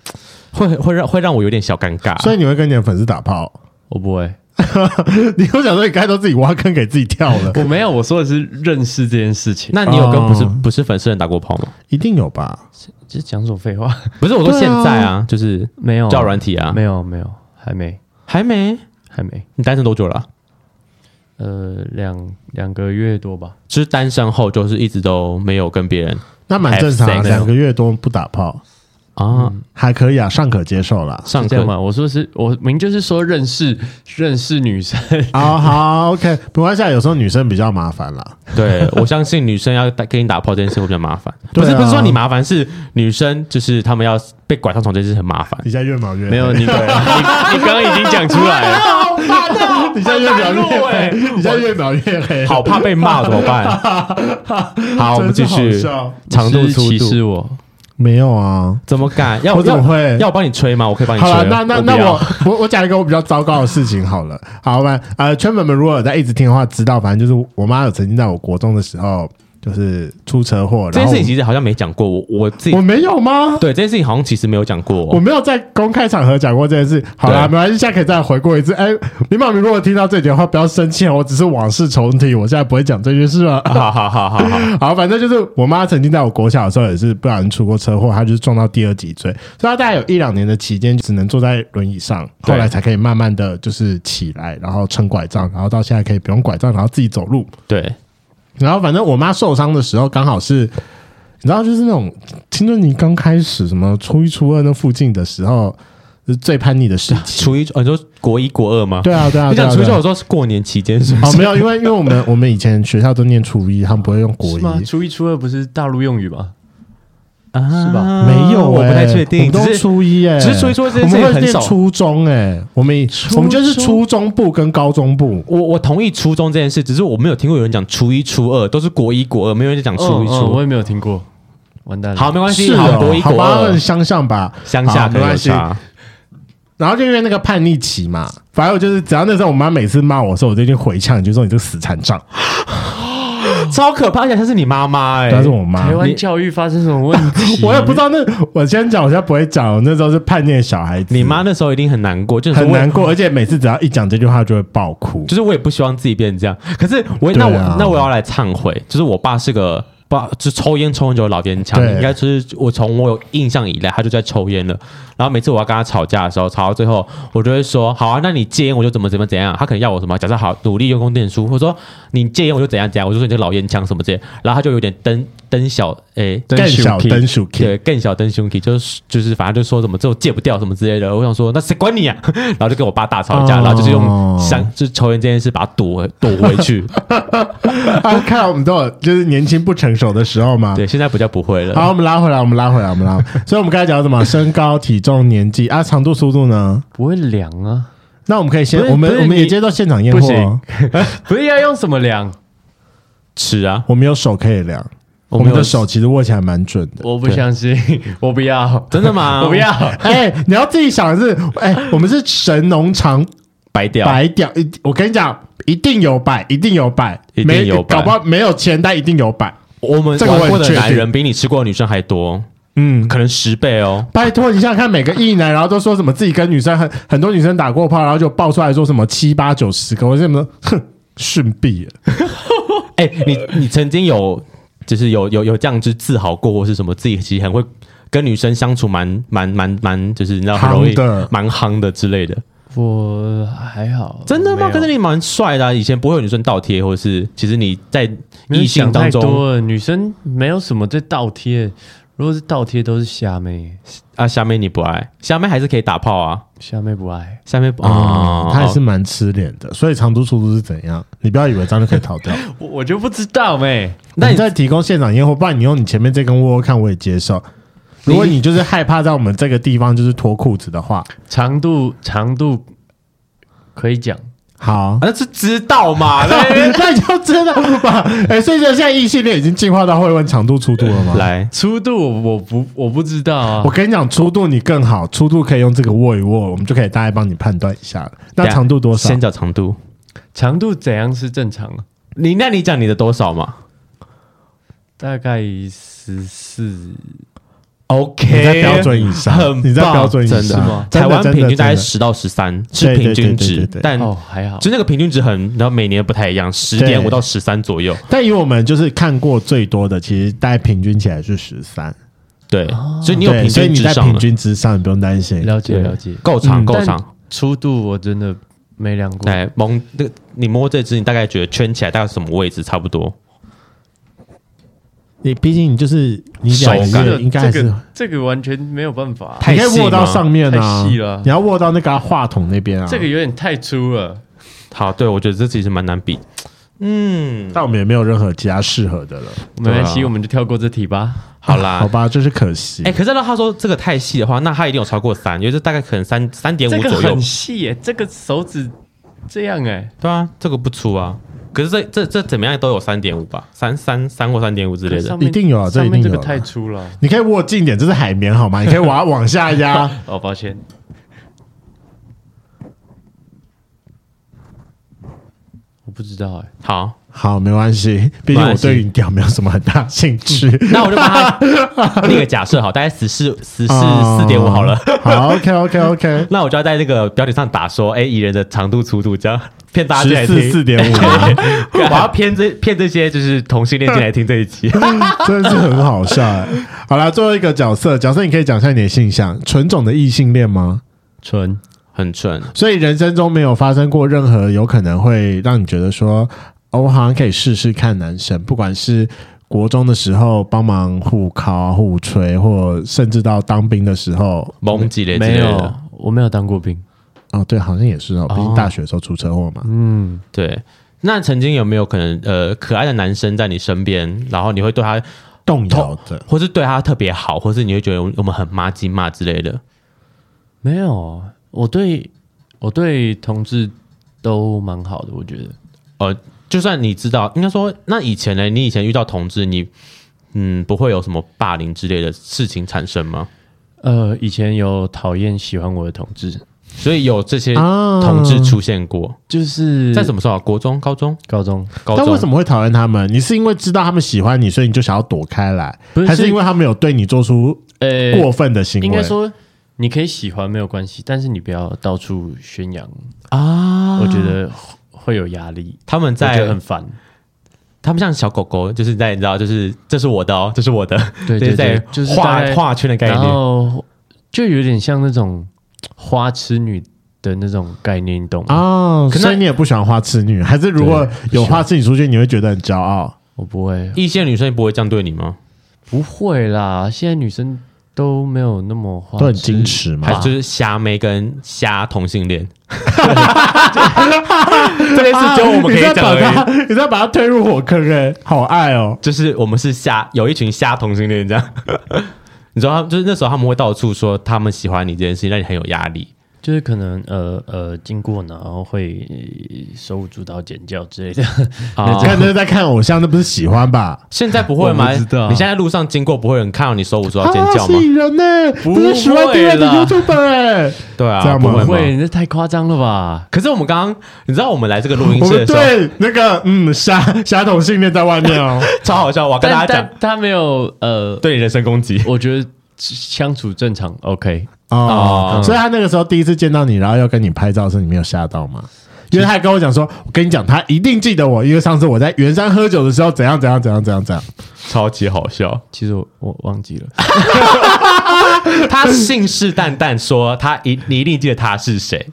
[SPEAKER 2] 会会让会让我有点小尴尬，
[SPEAKER 1] 所以你会跟你的粉丝打炮？
[SPEAKER 3] 我不会，
[SPEAKER 1] 你又想说你该都自己挖坑给自己跳了，
[SPEAKER 3] 我没有，我说的是认识这件事情。
[SPEAKER 2] 那你有跟
[SPEAKER 1] 哦
[SPEAKER 2] 不是、不是粉丝人打过炮吗？
[SPEAKER 1] 一定有吧？
[SPEAKER 3] 这讲什么废 话？
[SPEAKER 2] 不是，我说
[SPEAKER 1] 对啊哦
[SPEAKER 2] 现在啊，就是
[SPEAKER 3] 没有
[SPEAKER 2] 叫软体啊，
[SPEAKER 3] 没有没有，还没
[SPEAKER 2] 还没。
[SPEAKER 3] 还没，
[SPEAKER 2] 你单身多久了啊、
[SPEAKER 3] 呃，两两个月多吧。
[SPEAKER 2] 就是单身后就是一直都没有跟别人
[SPEAKER 1] 那蛮正常、啊，
[SPEAKER 2] Have sex
[SPEAKER 1] 两个月多不打炮
[SPEAKER 2] 啊、
[SPEAKER 1] 还可以啊，尚可接受啦。
[SPEAKER 2] 上
[SPEAKER 3] 是这样
[SPEAKER 2] 课。
[SPEAKER 3] 吗？我说是我明就是说认识认识女 生，
[SPEAKER 1] 好好，OK，没关系啊，有时候女生比较麻烦啦。
[SPEAKER 2] 对，我相信女生要打跟你打炮这件事会比较麻烦，
[SPEAKER 1] 对
[SPEAKER 2] 不
[SPEAKER 1] 啊
[SPEAKER 2] 是不是说你麻烦，是女生就是她们要被拐上床这件事很麻烦。
[SPEAKER 1] 你现在越描越黑
[SPEAKER 3] 没有 你你你刚刚已经讲出来了，
[SPEAKER 1] 哎好烦哦！你现在越描越
[SPEAKER 2] 很难
[SPEAKER 1] 黑，你现在越描越黑，
[SPEAKER 2] 好怕被骂怎么办？ 好，我们继
[SPEAKER 1] 真是
[SPEAKER 2] 续
[SPEAKER 1] 好笑
[SPEAKER 2] 长度
[SPEAKER 3] 是
[SPEAKER 2] 粗
[SPEAKER 3] 歧视
[SPEAKER 2] 度，
[SPEAKER 3] 我，
[SPEAKER 1] 没有啊？
[SPEAKER 2] 怎么敢？要
[SPEAKER 1] 我怎么
[SPEAKER 2] 要
[SPEAKER 1] 会
[SPEAKER 2] 要我帮你吹吗？我可以帮你
[SPEAKER 1] 好了
[SPEAKER 2] 吹哦。，
[SPEAKER 1] 那那
[SPEAKER 2] 不
[SPEAKER 1] 那
[SPEAKER 2] 要
[SPEAKER 1] 我我我讲一个我比较糟糕的事情好了，好吧？呃，圈粉们如果有在一直听的话，知道反正就是我妈有曾经在我国中的时候就是出车祸，
[SPEAKER 2] 这
[SPEAKER 1] 然
[SPEAKER 2] 件
[SPEAKER 1] 后
[SPEAKER 2] 事情其实好像没讲过，我我自己
[SPEAKER 1] 我没有吗？
[SPEAKER 2] 对这件事情好像其实没有讲过。
[SPEAKER 1] 我没有在公开场合讲过这件事。好啦，
[SPEAKER 2] 对
[SPEAKER 1] 没关系，现在可以再回顾一次。哎、林宝明，如果听到这里的话，不要生气哦，我只是往事重提，我现在不会讲这件事啊了。
[SPEAKER 2] 好好好好好，
[SPEAKER 1] 好，反正就是我妈曾经在我国小的时候也是不小心出过车祸，她就是撞到第二脊椎，所以她大概有一两年的期间只能坐在轮椅上，
[SPEAKER 2] 对
[SPEAKER 1] 后来才可以慢慢的就是起来，然后撑拐杖，然后到现在可以不用拐杖，然后自己走路。
[SPEAKER 2] 对，
[SPEAKER 1] 然后反正我妈受伤的时候刚好是，你知道，就是那种青春期刚开始，什么初一、初二那附近的时候，是最叛逆的时期。
[SPEAKER 2] 初一哦你说国一国二吗？
[SPEAKER 1] 对啊，对啊，对
[SPEAKER 2] 你讲
[SPEAKER 1] 啊
[SPEAKER 2] 初一
[SPEAKER 1] 对
[SPEAKER 2] 就
[SPEAKER 1] 啊
[SPEAKER 2] 我说是过年期间是不
[SPEAKER 1] 哦，
[SPEAKER 2] 是？
[SPEAKER 1] 没有，因为因为我们我们以前学校都念初一，他们不会用国
[SPEAKER 3] 是
[SPEAKER 1] 一，
[SPEAKER 3] 吗？初一初二不是大陆用语吗？
[SPEAKER 2] 啊
[SPEAKER 3] 是吧
[SPEAKER 1] 没有、欸，
[SPEAKER 2] 我不太确定，
[SPEAKER 1] 我们
[SPEAKER 2] 只
[SPEAKER 1] 都
[SPEAKER 2] 是
[SPEAKER 1] 初一哎、
[SPEAKER 2] 只是初一初二这
[SPEAKER 1] 我
[SPEAKER 2] 件事
[SPEAKER 1] 们
[SPEAKER 2] 情
[SPEAKER 1] 会
[SPEAKER 2] 很
[SPEAKER 1] 念
[SPEAKER 2] 少。
[SPEAKER 1] 初中哎、我们以我们就是初中部跟高中部，
[SPEAKER 2] 我我同意初中这件事，只是我没有听过有人讲初一初二，都是国一国二，没有人在讲初一
[SPEAKER 3] 嗯嗯
[SPEAKER 2] 初
[SPEAKER 3] 我
[SPEAKER 2] 二。
[SPEAKER 3] 也没有听过，完蛋了。
[SPEAKER 2] 好，没关系，
[SPEAKER 1] 是
[SPEAKER 2] 好
[SPEAKER 1] 哦
[SPEAKER 2] 国一
[SPEAKER 1] 好
[SPEAKER 2] 国
[SPEAKER 1] 吧，
[SPEAKER 2] 二
[SPEAKER 1] 很，相像吧，
[SPEAKER 2] 乡下
[SPEAKER 1] 好
[SPEAKER 2] 可
[SPEAKER 1] 没
[SPEAKER 2] 能有
[SPEAKER 1] 关系。
[SPEAKER 2] 差。
[SPEAKER 1] 然后就因为那个叛逆期嘛，反正我就是只要那时候我妈每次骂我的时候，我就去回呛，就说你这个死残障，
[SPEAKER 2] 超可怕，而且她是你妈妈哎、
[SPEAKER 1] 啊她是我妈
[SPEAKER 3] 台。湾教育发生什么问 题？
[SPEAKER 1] 我也不知道那，我先讲，我现在不会讲，我那时候是叛逆的小孩子，
[SPEAKER 2] 你妈那时候一定很难过，就是
[SPEAKER 1] 很
[SPEAKER 2] 我也
[SPEAKER 1] 难，过，而且每次只要一讲这句话就会爆哭
[SPEAKER 2] 就。是我也不希望自己变成这样。可是我、
[SPEAKER 1] 对
[SPEAKER 2] 那
[SPEAKER 1] 啊
[SPEAKER 2] 我那我要来忏悔，就是我爸是个爸，就抽烟抽很久的老烟枪，
[SPEAKER 1] 对
[SPEAKER 2] 应该就是我从我有印象以来，他就在抽烟了。然后每次我要跟他吵架的时候，吵到最后，我就会说：“好啊，那你戒烟我就怎么怎么怎样。”他可能要我什么，假设好努力用功念书，或者说你戒烟我就怎样怎样，我就说你这个老烟枪什么之类。然后他就有点灯灯小诶。
[SPEAKER 1] 更小灯鼠 K，
[SPEAKER 2] 对，更小灯兄弟就是就是，反正就说什么这种戒不掉什么之类的。我想说，那谁管你啊？ 然后就跟我爸大吵一架，
[SPEAKER 1] 哦
[SPEAKER 2] 然后就是用香，就是抽烟这件事把它躲 回躲回去。
[SPEAKER 1] 啊，看来我们都有就是年轻不成熟的时候嘛。
[SPEAKER 2] 对，现在比较不会了。
[SPEAKER 1] 好，我们拉回来，我们拉回来，我们拉回 来。所以我们刚才讲到什么？身高、体重、年纪啊，长度、速度呢？
[SPEAKER 3] 不会量啊，
[SPEAKER 1] 那我们可以先
[SPEAKER 3] 不，是
[SPEAKER 1] 我们
[SPEAKER 3] 不是
[SPEAKER 1] 我们也
[SPEAKER 3] 你
[SPEAKER 1] 接到现场验货
[SPEAKER 3] 不
[SPEAKER 1] 哦
[SPEAKER 3] 行，不是要用什么量？
[SPEAKER 2] 吃啊，
[SPEAKER 1] 我们有手可以量，我
[SPEAKER 2] 我们有
[SPEAKER 1] 们的手其实握起来蛮准的。
[SPEAKER 3] 我不相信，我不要，
[SPEAKER 2] 真的吗？
[SPEAKER 3] 我不要，
[SPEAKER 1] 哎、你要自己想的是，哎、我们是神农尝
[SPEAKER 2] 白掉。
[SPEAKER 1] 百 屌，一我跟你讲，一定有百，一定有百，
[SPEAKER 2] 一定
[SPEAKER 1] 没
[SPEAKER 2] 有百
[SPEAKER 1] 搞不好没有钱，但一定有百。
[SPEAKER 2] 我们
[SPEAKER 1] 这个我很
[SPEAKER 2] 玩过的
[SPEAKER 1] 确
[SPEAKER 2] 男
[SPEAKER 1] 定
[SPEAKER 2] 人比你吃过的女生还多，
[SPEAKER 1] 嗯，
[SPEAKER 2] 可能十倍哦。
[SPEAKER 1] 拜托你想想看，每个异男，然后都说什么自己跟女生很很多女生打过炮，然后就爆出来说什么七八九十个，我什么哼逊毙了。嗯
[SPEAKER 2] 哎、你你曾经有就是有有有这样子自豪过，或是什么自己其实很会跟女生相处蛮蛮蛮蛮，就是你知道很容易
[SPEAKER 1] 夯的
[SPEAKER 2] 蛮夯的之类的。
[SPEAKER 3] 我还好，
[SPEAKER 2] 真的
[SPEAKER 3] 没
[SPEAKER 2] 吗？
[SPEAKER 3] 有
[SPEAKER 2] 可是你蛮帅的、啊，以前不会有女生倒贴，或是其实你在
[SPEAKER 3] 没有
[SPEAKER 2] 异性
[SPEAKER 3] 想太
[SPEAKER 2] 当中
[SPEAKER 3] 多了，女生没有什么在倒贴，如果是倒贴都是虾妹，
[SPEAKER 2] 啊，虾妹你不爱，虾妹还是可以打炮啊，
[SPEAKER 3] 虾妹不爱，
[SPEAKER 2] 虾妹不
[SPEAKER 1] 啊
[SPEAKER 2] 啊，，
[SPEAKER 1] 他也是蛮吃脸的，所以长途速度是怎样？你不要以为这样就可以逃掉。
[SPEAKER 3] 我我就不知道妹，
[SPEAKER 1] 那
[SPEAKER 2] 那你
[SPEAKER 1] 你再提供现场验货，不然你用你前面这根握握看，我也接受。如果你就是害怕在我们这个地方就是脱裤子的话，
[SPEAKER 3] 长度长度可以讲，
[SPEAKER 1] 好 哎
[SPEAKER 2] 啊，，那是知 道嘛？来
[SPEAKER 1] 那你就知道吧。哎、所以说现在异性恋已经进化到会问长度、粗度了吗？，
[SPEAKER 2] 来，
[SPEAKER 3] 粗度我我不我不知道啊
[SPEAKER 1] 我，跟你讲，粗度你更好，粗度可以用这个握一握，我们就可以大概帮你判断一下了。那长度多少
[SPEAKER 2] 先？讲长度。
[SPEAKER 3] 长度怎样是正常啊？
[SPEAKER 2] 你那你讲你的多少嘛
[SPEAKER 3] 大概十四
[SPEAKER 2] ？OK，
[SPEAKER 1] 你在标准以上，
[SPEAKER 2] 很棒
[SPEAKER 1] 你在标准以上
[SPEAKER 2] 真的
[SPEAKER 3] 是吗
[SPEAKER 1] 真
[SPEAKER 2] 台
[SPEAKER 1] 的
[SPEAKER 2] 湾
[SPEAKER 1] 真的
[SPEAKER 2] 平均大概
[SPEAKER 1] 真的
[SPEAKER 2] 十到十三
[SPEAKER 1] 对
[SPEAKER 2] 是
[SPEAKER 1] 对
[SPEAKER 2] 平均
[SPEAKER 1] 对对
[SPEAKER 2] 值
[SPEAKER 1] 对对，
[SPEAKER 2] 但
[SPEAKER 3] 哦，还好，
[SPEAKER 2] 嗯就那个平均值很，然后每年不太一样，十点五
[SPEAKER 1] 对
[SPEAKER 2] 到十三左右。
[SPEAKER 1] 但以我们就是看过最多的，其实大概平均起来是十三，
[SPEAKER 2] 对，所以你有
[SPEAKER 1] 哦对
[SPEAKER 2] 平
[SPEAKER 1] 所以
[SPEAKER 2] 均
[SPEAKER 1] 你
[SPEAKER 2] 值
[SPEAKER 1] 在
[SPEAKER 2] 上
[SPEAKER 1] 平
[SPEAKER 2] 了，
[SPEAKER 1] 均之上，你不用担心。
[SPEAKER 3] 了解
[SPEAKER 2] 对
[SPEAKER 3] 了解。
[SPEAKER 2] 够长
[SPEAKER 1] 嗯
[SPEAKER 2] 够
[SPEAKER 3] 但
[SPEAKER 2] 长。哎
[SPEAKER 3] 粗度我真的没量过，
[SPEAKER 2] 来蒙那个你摸这只，你大概觉得圈起来大概是什么位置？差不多。
[SPEAKER 1] 你毕竟你就是你两
[SPEAKER 2] 手
[SPEAKER 1] 个
[SPEAKER 2] 感
[SPEAKER 1] 月应该还
[SPEAKER 3] 这
[SPEAKER 1] 是
[SPEAKER 3] 个这个完全没有办法，啊
[SPEAKER 2] 太
[SPEAKER 1] 你可
[SPEAKER 2] 细
[SPEAKER 1] 以握到
[SPEAKER 2] 吗
[SPEAKER 1] 上面啊，
[SPEAKER 3] 太细了
[SPEAKER 1] 你要握到那个话筒那边啊。
[SPEAKER 3] 这个有点太粗了。
[SPEAKER 2] 好，对我觉得这其实蛮难比。嗯，
[SPEAKER 1] 但我们也没有任何其他适合的了。
[SPEAKER 3] 没关系，
[SPEAKER 2] 对啊
[SPEAKER 3] 我们就跳过这题吧。
[SPEAKER 2] 好啦，
[SPEAKER 1] 啊好吧，真是可惜。
[SPEAKER 2] 哎、可是照他说这个太细的话，那他一定有超过三，也就是大概可能三三点
[SPEAKER 3] 这
[SPEAKER 2] 五
[SPEAKER 3] 个
[SPEAKER 2] 左右
[SPEAKER 3] 很。细耶，这个手指这样哎，
[SPEAKER 2] 对啊，这个不粗啊。可是这这这怎么样都有三点五吧，三三三或三点五之类的
[SPEAKER 3] 上。面
[SPEAKER 1] 一定有啊这
[SPEAKER 3] 上
[SPEAKER 1] 一定
[SPEAKER 3] 面这个
[SPEAKER 1] 有啊
[SPEAKER 3] 太粗了。
[SPEAKER 1] 你可以握近一点，这是海绵好 吗？你可以往往下压。
[SPEAKER 3] 哦，抱歉，我不知道哎、
[SPEAKER 2] 好，
[SPEAKER 1] 好，没关系，毕竟我对于屌没有什么很大兴趣。
[SPEAKER 2] 那我就帮他那个假设好，大概十四十四四点五好了。
[SPEAKER 1] 哦。好，OK OK OK，
[SPEAKER 2] 那我就要在那个标题上打说，哎、蚁人的长度粗度，这样骗大家进来
[SPEAKER 1] 十四四
[SPEAKER 2] 听。
[SPEAKER 1] 点五，
[SPEAKER 2] 我要骗这骗这些就是同性恋进来听这一集。
[SPEAKER 1] 真的是很好笑哎。好啦，最后一个角色，角色你可以讲一下你的性向，纯种的异性恋吗？
[SPEAKER 3] 纯
[SPEAKER 2] 很蠢，
[SPEAKER 1] 所以人生中没有发生过任何有可能会让你觉得说，哦，我好像可以试试看男生，不管是国中的时候帮忙互考啊、互吹，或甚至到当兵的时候，
[SPEAKER 2] 蒙几类之
[SPEAKER 3] 没
[SPEAKER 2] 类
[SPEAKER 3] 有
[SPEAKER 2] 的。，
[SPEAKER 3] 我没有当过兵。
[SPEAKER 1] 哦，对，好像也是哦，毕竟
[SPEAKER 2] 哦
[SPEAKER 1] 大学的时候出车祸嘛。
[SPEAKER 3] 嗯，
[SPEAKER 2] 对，那曾经有没有可能呃可爱的男生在你身边，然后你会对他
[SPEAKER 1] 动摇的。
[SPEAKER 2] 或是对他特别好，或是你会觉得我们很妈鸡骂之类的。
[SPEAKER 3] 没有，我对我对同志都蛮好的，我觉得。
[SPEAKER 2] 呃，就算你知道，应该说，那以前呢，你以前遇到同志，你嗯不会有什么霸凌之类的事情产生吗？
[SPEAKER 3] 呃，以前有讨厌喜欢我的同志，
[SPEAKER 2] 所以有这些
[SPEAKER 1] 啊
[SPEAKER 2] 同志出现过，
[SPEAKER 3] 就是
[SPEAKER 2] 在什么时候啊？国中、高中、
[SPEAKER 3] 高中
[SPEAKER 2] 高
[SPEAKER 1] 但
[SPEAKER 2] 中？
[SPEAKER 1] 为什么会讨厌他们？你是因为知道他们喜欢你，所以你就想要躲开来，
[SPEAKER 3] 不是
[SPEAKER 1] 还是因为他们有对你做出
[SPEAKER 3] 呃
[SPEAKER 1] 过分的行为？
[SPEAKER 3] 应该说你可以喜欢没有关系，但是你不要到处宣扬，
[SPEAKER 2] 啊？
[SPEAKER 3] 我觉得会有压力，
[SPEAKER 2] 他们
[SPEAKER 3] 我觉得
[SPEAKER 2] 在
[SPEAKER 3] 很烦。
[SPEAKER 2] 他们像小狗狗，就是在你知道，就是这是我的哦，这是我的，
[SPEAKER 3] 对
[SPEAKER 2] 就是
[SPEAKER 3] 对
[SPEAKER 2] 在
[SPEAKER 3] 对，就是大
[SPEAKER 2] 画
[SPEAKER 3] 概
[SPEAKER 2] 画圈的概
[SPEAKER 3] 然
[SPEAKER 2] 念。
[SPEAKER 3] 后就有点像那种花痴女的那种概念，你懂吗？
[SPEAKER 1] 哦，
[SPEAKER 2] 可那
[SPEAKER 1] 所以你也不喜欢花痴女，还是如果有花痴女出现，你会觉得很骄傲？
[SPEAKER 3] 我不会，
[SPEAKER 2] 异性女生不会这样对你吗？
[SPEAKER 3] 不会啦，现在女生都没有那么花痴，
[SPEAKER 1] 都很矜持嘛
[SPEAKER 2] 还。是就是瞎妹跟瞎同 性恋？这件事只有我们可以
[SPEAKER 1] 啊你
[SPEAKER 2] 讲而
[SPEAKER 1] 在把
[SPEAKER 2] 已。
[SPEAKER 1] 他，你在把他推入火坑哎，好爱哦！
[SPEAKER 2] 就是我们是瞎，有一群瞎同性恋这样。你知道，他们就是那时候他们会到处说他们喜欢你这件事情，让你很有压力。
[SPEAKER 3] 就是可能呃呃经过呢，然后会呃手舞足蹈、尖叫之类的。
[SPEAKER 2] 啊
[SPEAKER 1] 你 看那是在看偶像，那不是喜欢吧？
[SPEAKER 2] 现在不会吗？
[SPEAKER 3] 我不知道
[SPEAKER 2] 你现在路上经过，不会有人看到你手舞足蹈尖叫
[SPEAKER 1] 啊
[SPEAKER 2] 吗
[SPEAKER 1] 是？蚁人呢，
[SPEAKER 3] 不
[SPEAKER 1] 这是十万订阅的
[SPEAKER 3] 会啦
[SPEAKER 1] YouTuber 哎。这
[SPEAKER 2] 对啊，
[SPEAKER 1] 样吗
[SPEAKER 2] 不会
[SPEAKER 3] 不
[SPEAKER 2] 吗？
[SPEAKER 3] 会，那太夸张了吧？
[SPEAKER 2] 可是我们刚刚，你知道我们来这个录音
[SPEAKER 1] 我
[SPEAKER 2] 室
[SPEAKER 1] 们
[SPEAKER 2] 的时候，
[SPEAKER 1] 对那个嗯，虾虾同性恋在外面哦，
[SPEAKER 2] 超好笑，我要跟大
[SPEAKER 3] 但
[SPEAKER 2] 家讲
[SPEAKER 3] 但，他没有呃，
[SPEAKER 2] 对你人身攻击。
[SPEAKER 3] 我觉得相处正常，OK。
[SPEAKER 1] 哦
[SPEAKER 2] 哦，
[SPEAKER 1] 所以他那个时候第一次见到你，然后要跟你拍照的时，候，你没有吓到吗？因为他还跟我讲说，我跟你讲，他一定记得我，因为上次我在圆山喝酒的时候，怎样怎样怎样怎样怎样。
[SPEAKER 2] 超级 好笑。
[SPEAKER 3] 其实我我忘记了，
[SPEAKER 2] 他信誓旦旦说他一你一定记得他是谁。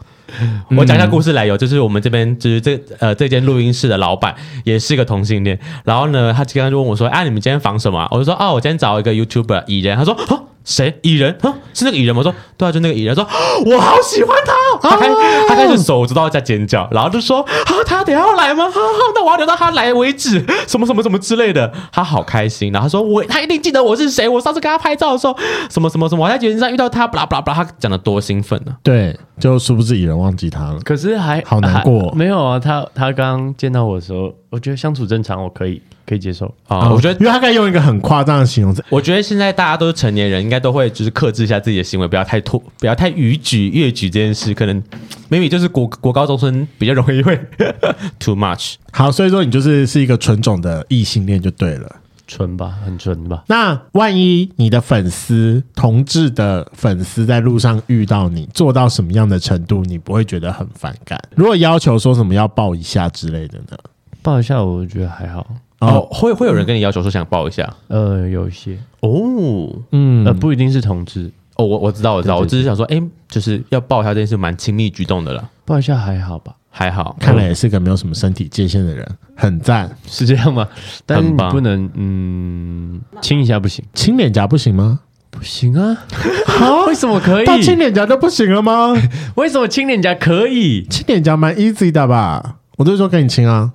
[SPEAKER 2] 我讲一下故事来由，就是我们这边就是这呃这间录音室的老板也是一个同性恋，然后呢，他刚刚就问我说：“啊，你们今天访什么啊、我就说：“哦，我今天找一个哦 YouTuber 蚁人。”他说：“啊，谁？蚁人？啊，是那个蚁人吗？”我说：“对啊，就那个蚁人。”他说：“我好喜欢他他开他开始手指到在尖叫，然后就说啊，他等一下要来吗？啊，那我要留到他来为止， 什么什么什么之类的。他好开心，然后他说我他一定记得我是谁，我上次跟他拍照的时候，什么什么什么，我在捷运上遇到他，巴拉巴拉巴拉，他讲的多兴奋啊呢、
[SPEAKER 1] 对，就殊不知已然忘记他了。
[SPEAKER 3] 可是还
[SPEAKER 1] 好难过
[SPEAKER 3] 还没有啊，他他刚见到我的时候，我觉得相处正常，我可以可以接受。
[SPEAKER 2] 啊！我觉得
[SPEAKER 1] 因为他刚才用一个很夸张的形容词，
[SPEAKER 2] 我觉得现在大家都是成年人，应该都会就是克制一下自己的行为，不要太脱，不要太逾矩、越矩这件事，可能 maybe 就是国国高中生比较容易会 too much。
[SPEAKER 1] 好，所以说你就是是一个纯种的异性恋就对了。
[SPEAKER 3] 纯吧，很纯吧。
[SPEAKER 1] 那万一你的粉丝同志的粉丝在路上遇到你，做到什么样的程度，你不会觉得很反感？如果要求说什么要抱一下之类的呢？
[SPEAKER 3] 抱一下，我觉得还好。
[SPEAKER 2] 哦，会会有人跟你要求说想抱一下
[SPEAKER 3] 呃，有一些，
[SPEAKER 2] 哦。
[SPEAKER 1] 嗯
[SPEAKER 3] 呃，不一定是同志，
[SPEAKER 2] 哦，我我知道，我知道，
[SPEAKER 3] 对对
[SPEAKER 2] 我只是想说，哎、就是要抱一下这件事，蛮亲密举动的了，
[SPEAKER 3] 抱一下还好吧？
[SPEAKER 2] 还好。
[SPEAKER 1] 看来也是个没有什么身体界限的人，很赞。
[SPEAKER 3] 是这样吗？但是
[SPEAKER 2] 很
[SPEAKER 3] 你
[SPEAKER 2] 棒
[SPEAKER 3] 不能，嗯，亲一下不行，
[SPEAKER 1] 亲脸颊不行吗？
[SPEAKER 3] 不行啊！ 为什么可以？
[SPEAKER 1] 到亲脸颊就不行了吗？
[SPEAKER 3] 为什么亲脸颊可以？
[SPEAKER 1] 亲脸颊蛮 easy 的吧？我就说跟你亲啊，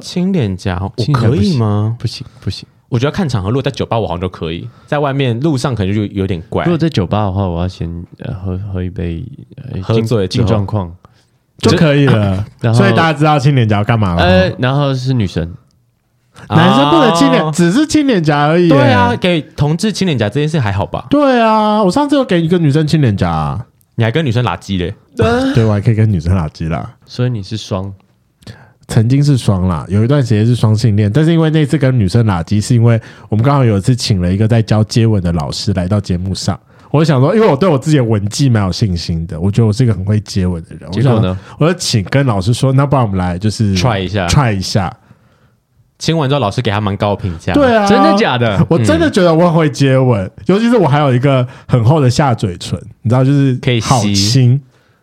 [SPEAKER 2] 亲脸颊，我
[SPEAKER 3] 亲脸颊
[SPEAKER 2] 可
[SPEAKER 3] 不
[SPEAKER 2] 以
[SPEAKER 3] 行
[SPEAKER 2] 吗？
[SPEAKER 3] 不行，不行。
[SPEAKER 2] 我觉得看场合，如果在酒吧，我好像就可以；在外面路上，可能就有点怪
[SPEAKER 3] 如。果在酒吧的话，我要先呃喝喝一杯，呃
[SPEAKER 2] 喝
[SPEAKER 3] 进
[SPEAKER 2] 醉之
[SPEAKER 3] 进
[SPEAKER 2] 后
[SPEAKER 3] 状况，
[SPEAKER 1] 就可以 了。
[SPEAKER 3] 然后
[SPEAKER 1] 所以大家知道亲脸颊要干嘛了吗？
[SPEAKER 3] 呃，然后是女生，
[SPEAKER 1] 男生不能亲脸，
[SPEAKER 2] 哦
[SPEAKER 1] 只是亲脸颊而已。
[SPEAKER 2] 对啊，，给同志亲脸颊这件事还好吧？
[SPEAKER 1] 对啊，我上次有给一个女生亲脸颊啊、
[SPEAKER 2] 你还跟女生拉鸡嘞？
[SPEAKER 1] 对我还可以跟女生拉鸡啦。
[SPEAKER 3] 所以你是双，
[SPEAKER 1] 曾经是双啦，有一段时间是双性恋，但是因为那次跟女生拉鸡，是因为我们刚好有一次请了一个在教接吻的老师来到节目上。我想说，因为我对我自己的吻技蛮有信心的，我觉得我是一个很会接吻的人。我
[SPEAKER 3] 结果
[SPEAKER 1] 想
[SPEAKER 3] 呢，
[SPEAKER 1] 我就请跟老师说，那不然我们来就是
[SPEAKER 3] 嗯
[SPEAKER 2] try 一下啊
[SPEAKER 1] try 一下。
[SPEAKER 2] 亲完之后，老师给他蛮高的评价。
[SPEAKER 1] 对啊，
[SPEAKER 3] 真的假的？？
[SPEAKER 1] 我真的觉得我很会接吻，尤其是我还有一个很厚的下嘴唇，你知道，就是
[SPEAKER 2] 可以吸
[SPEAKER 1] 好亲。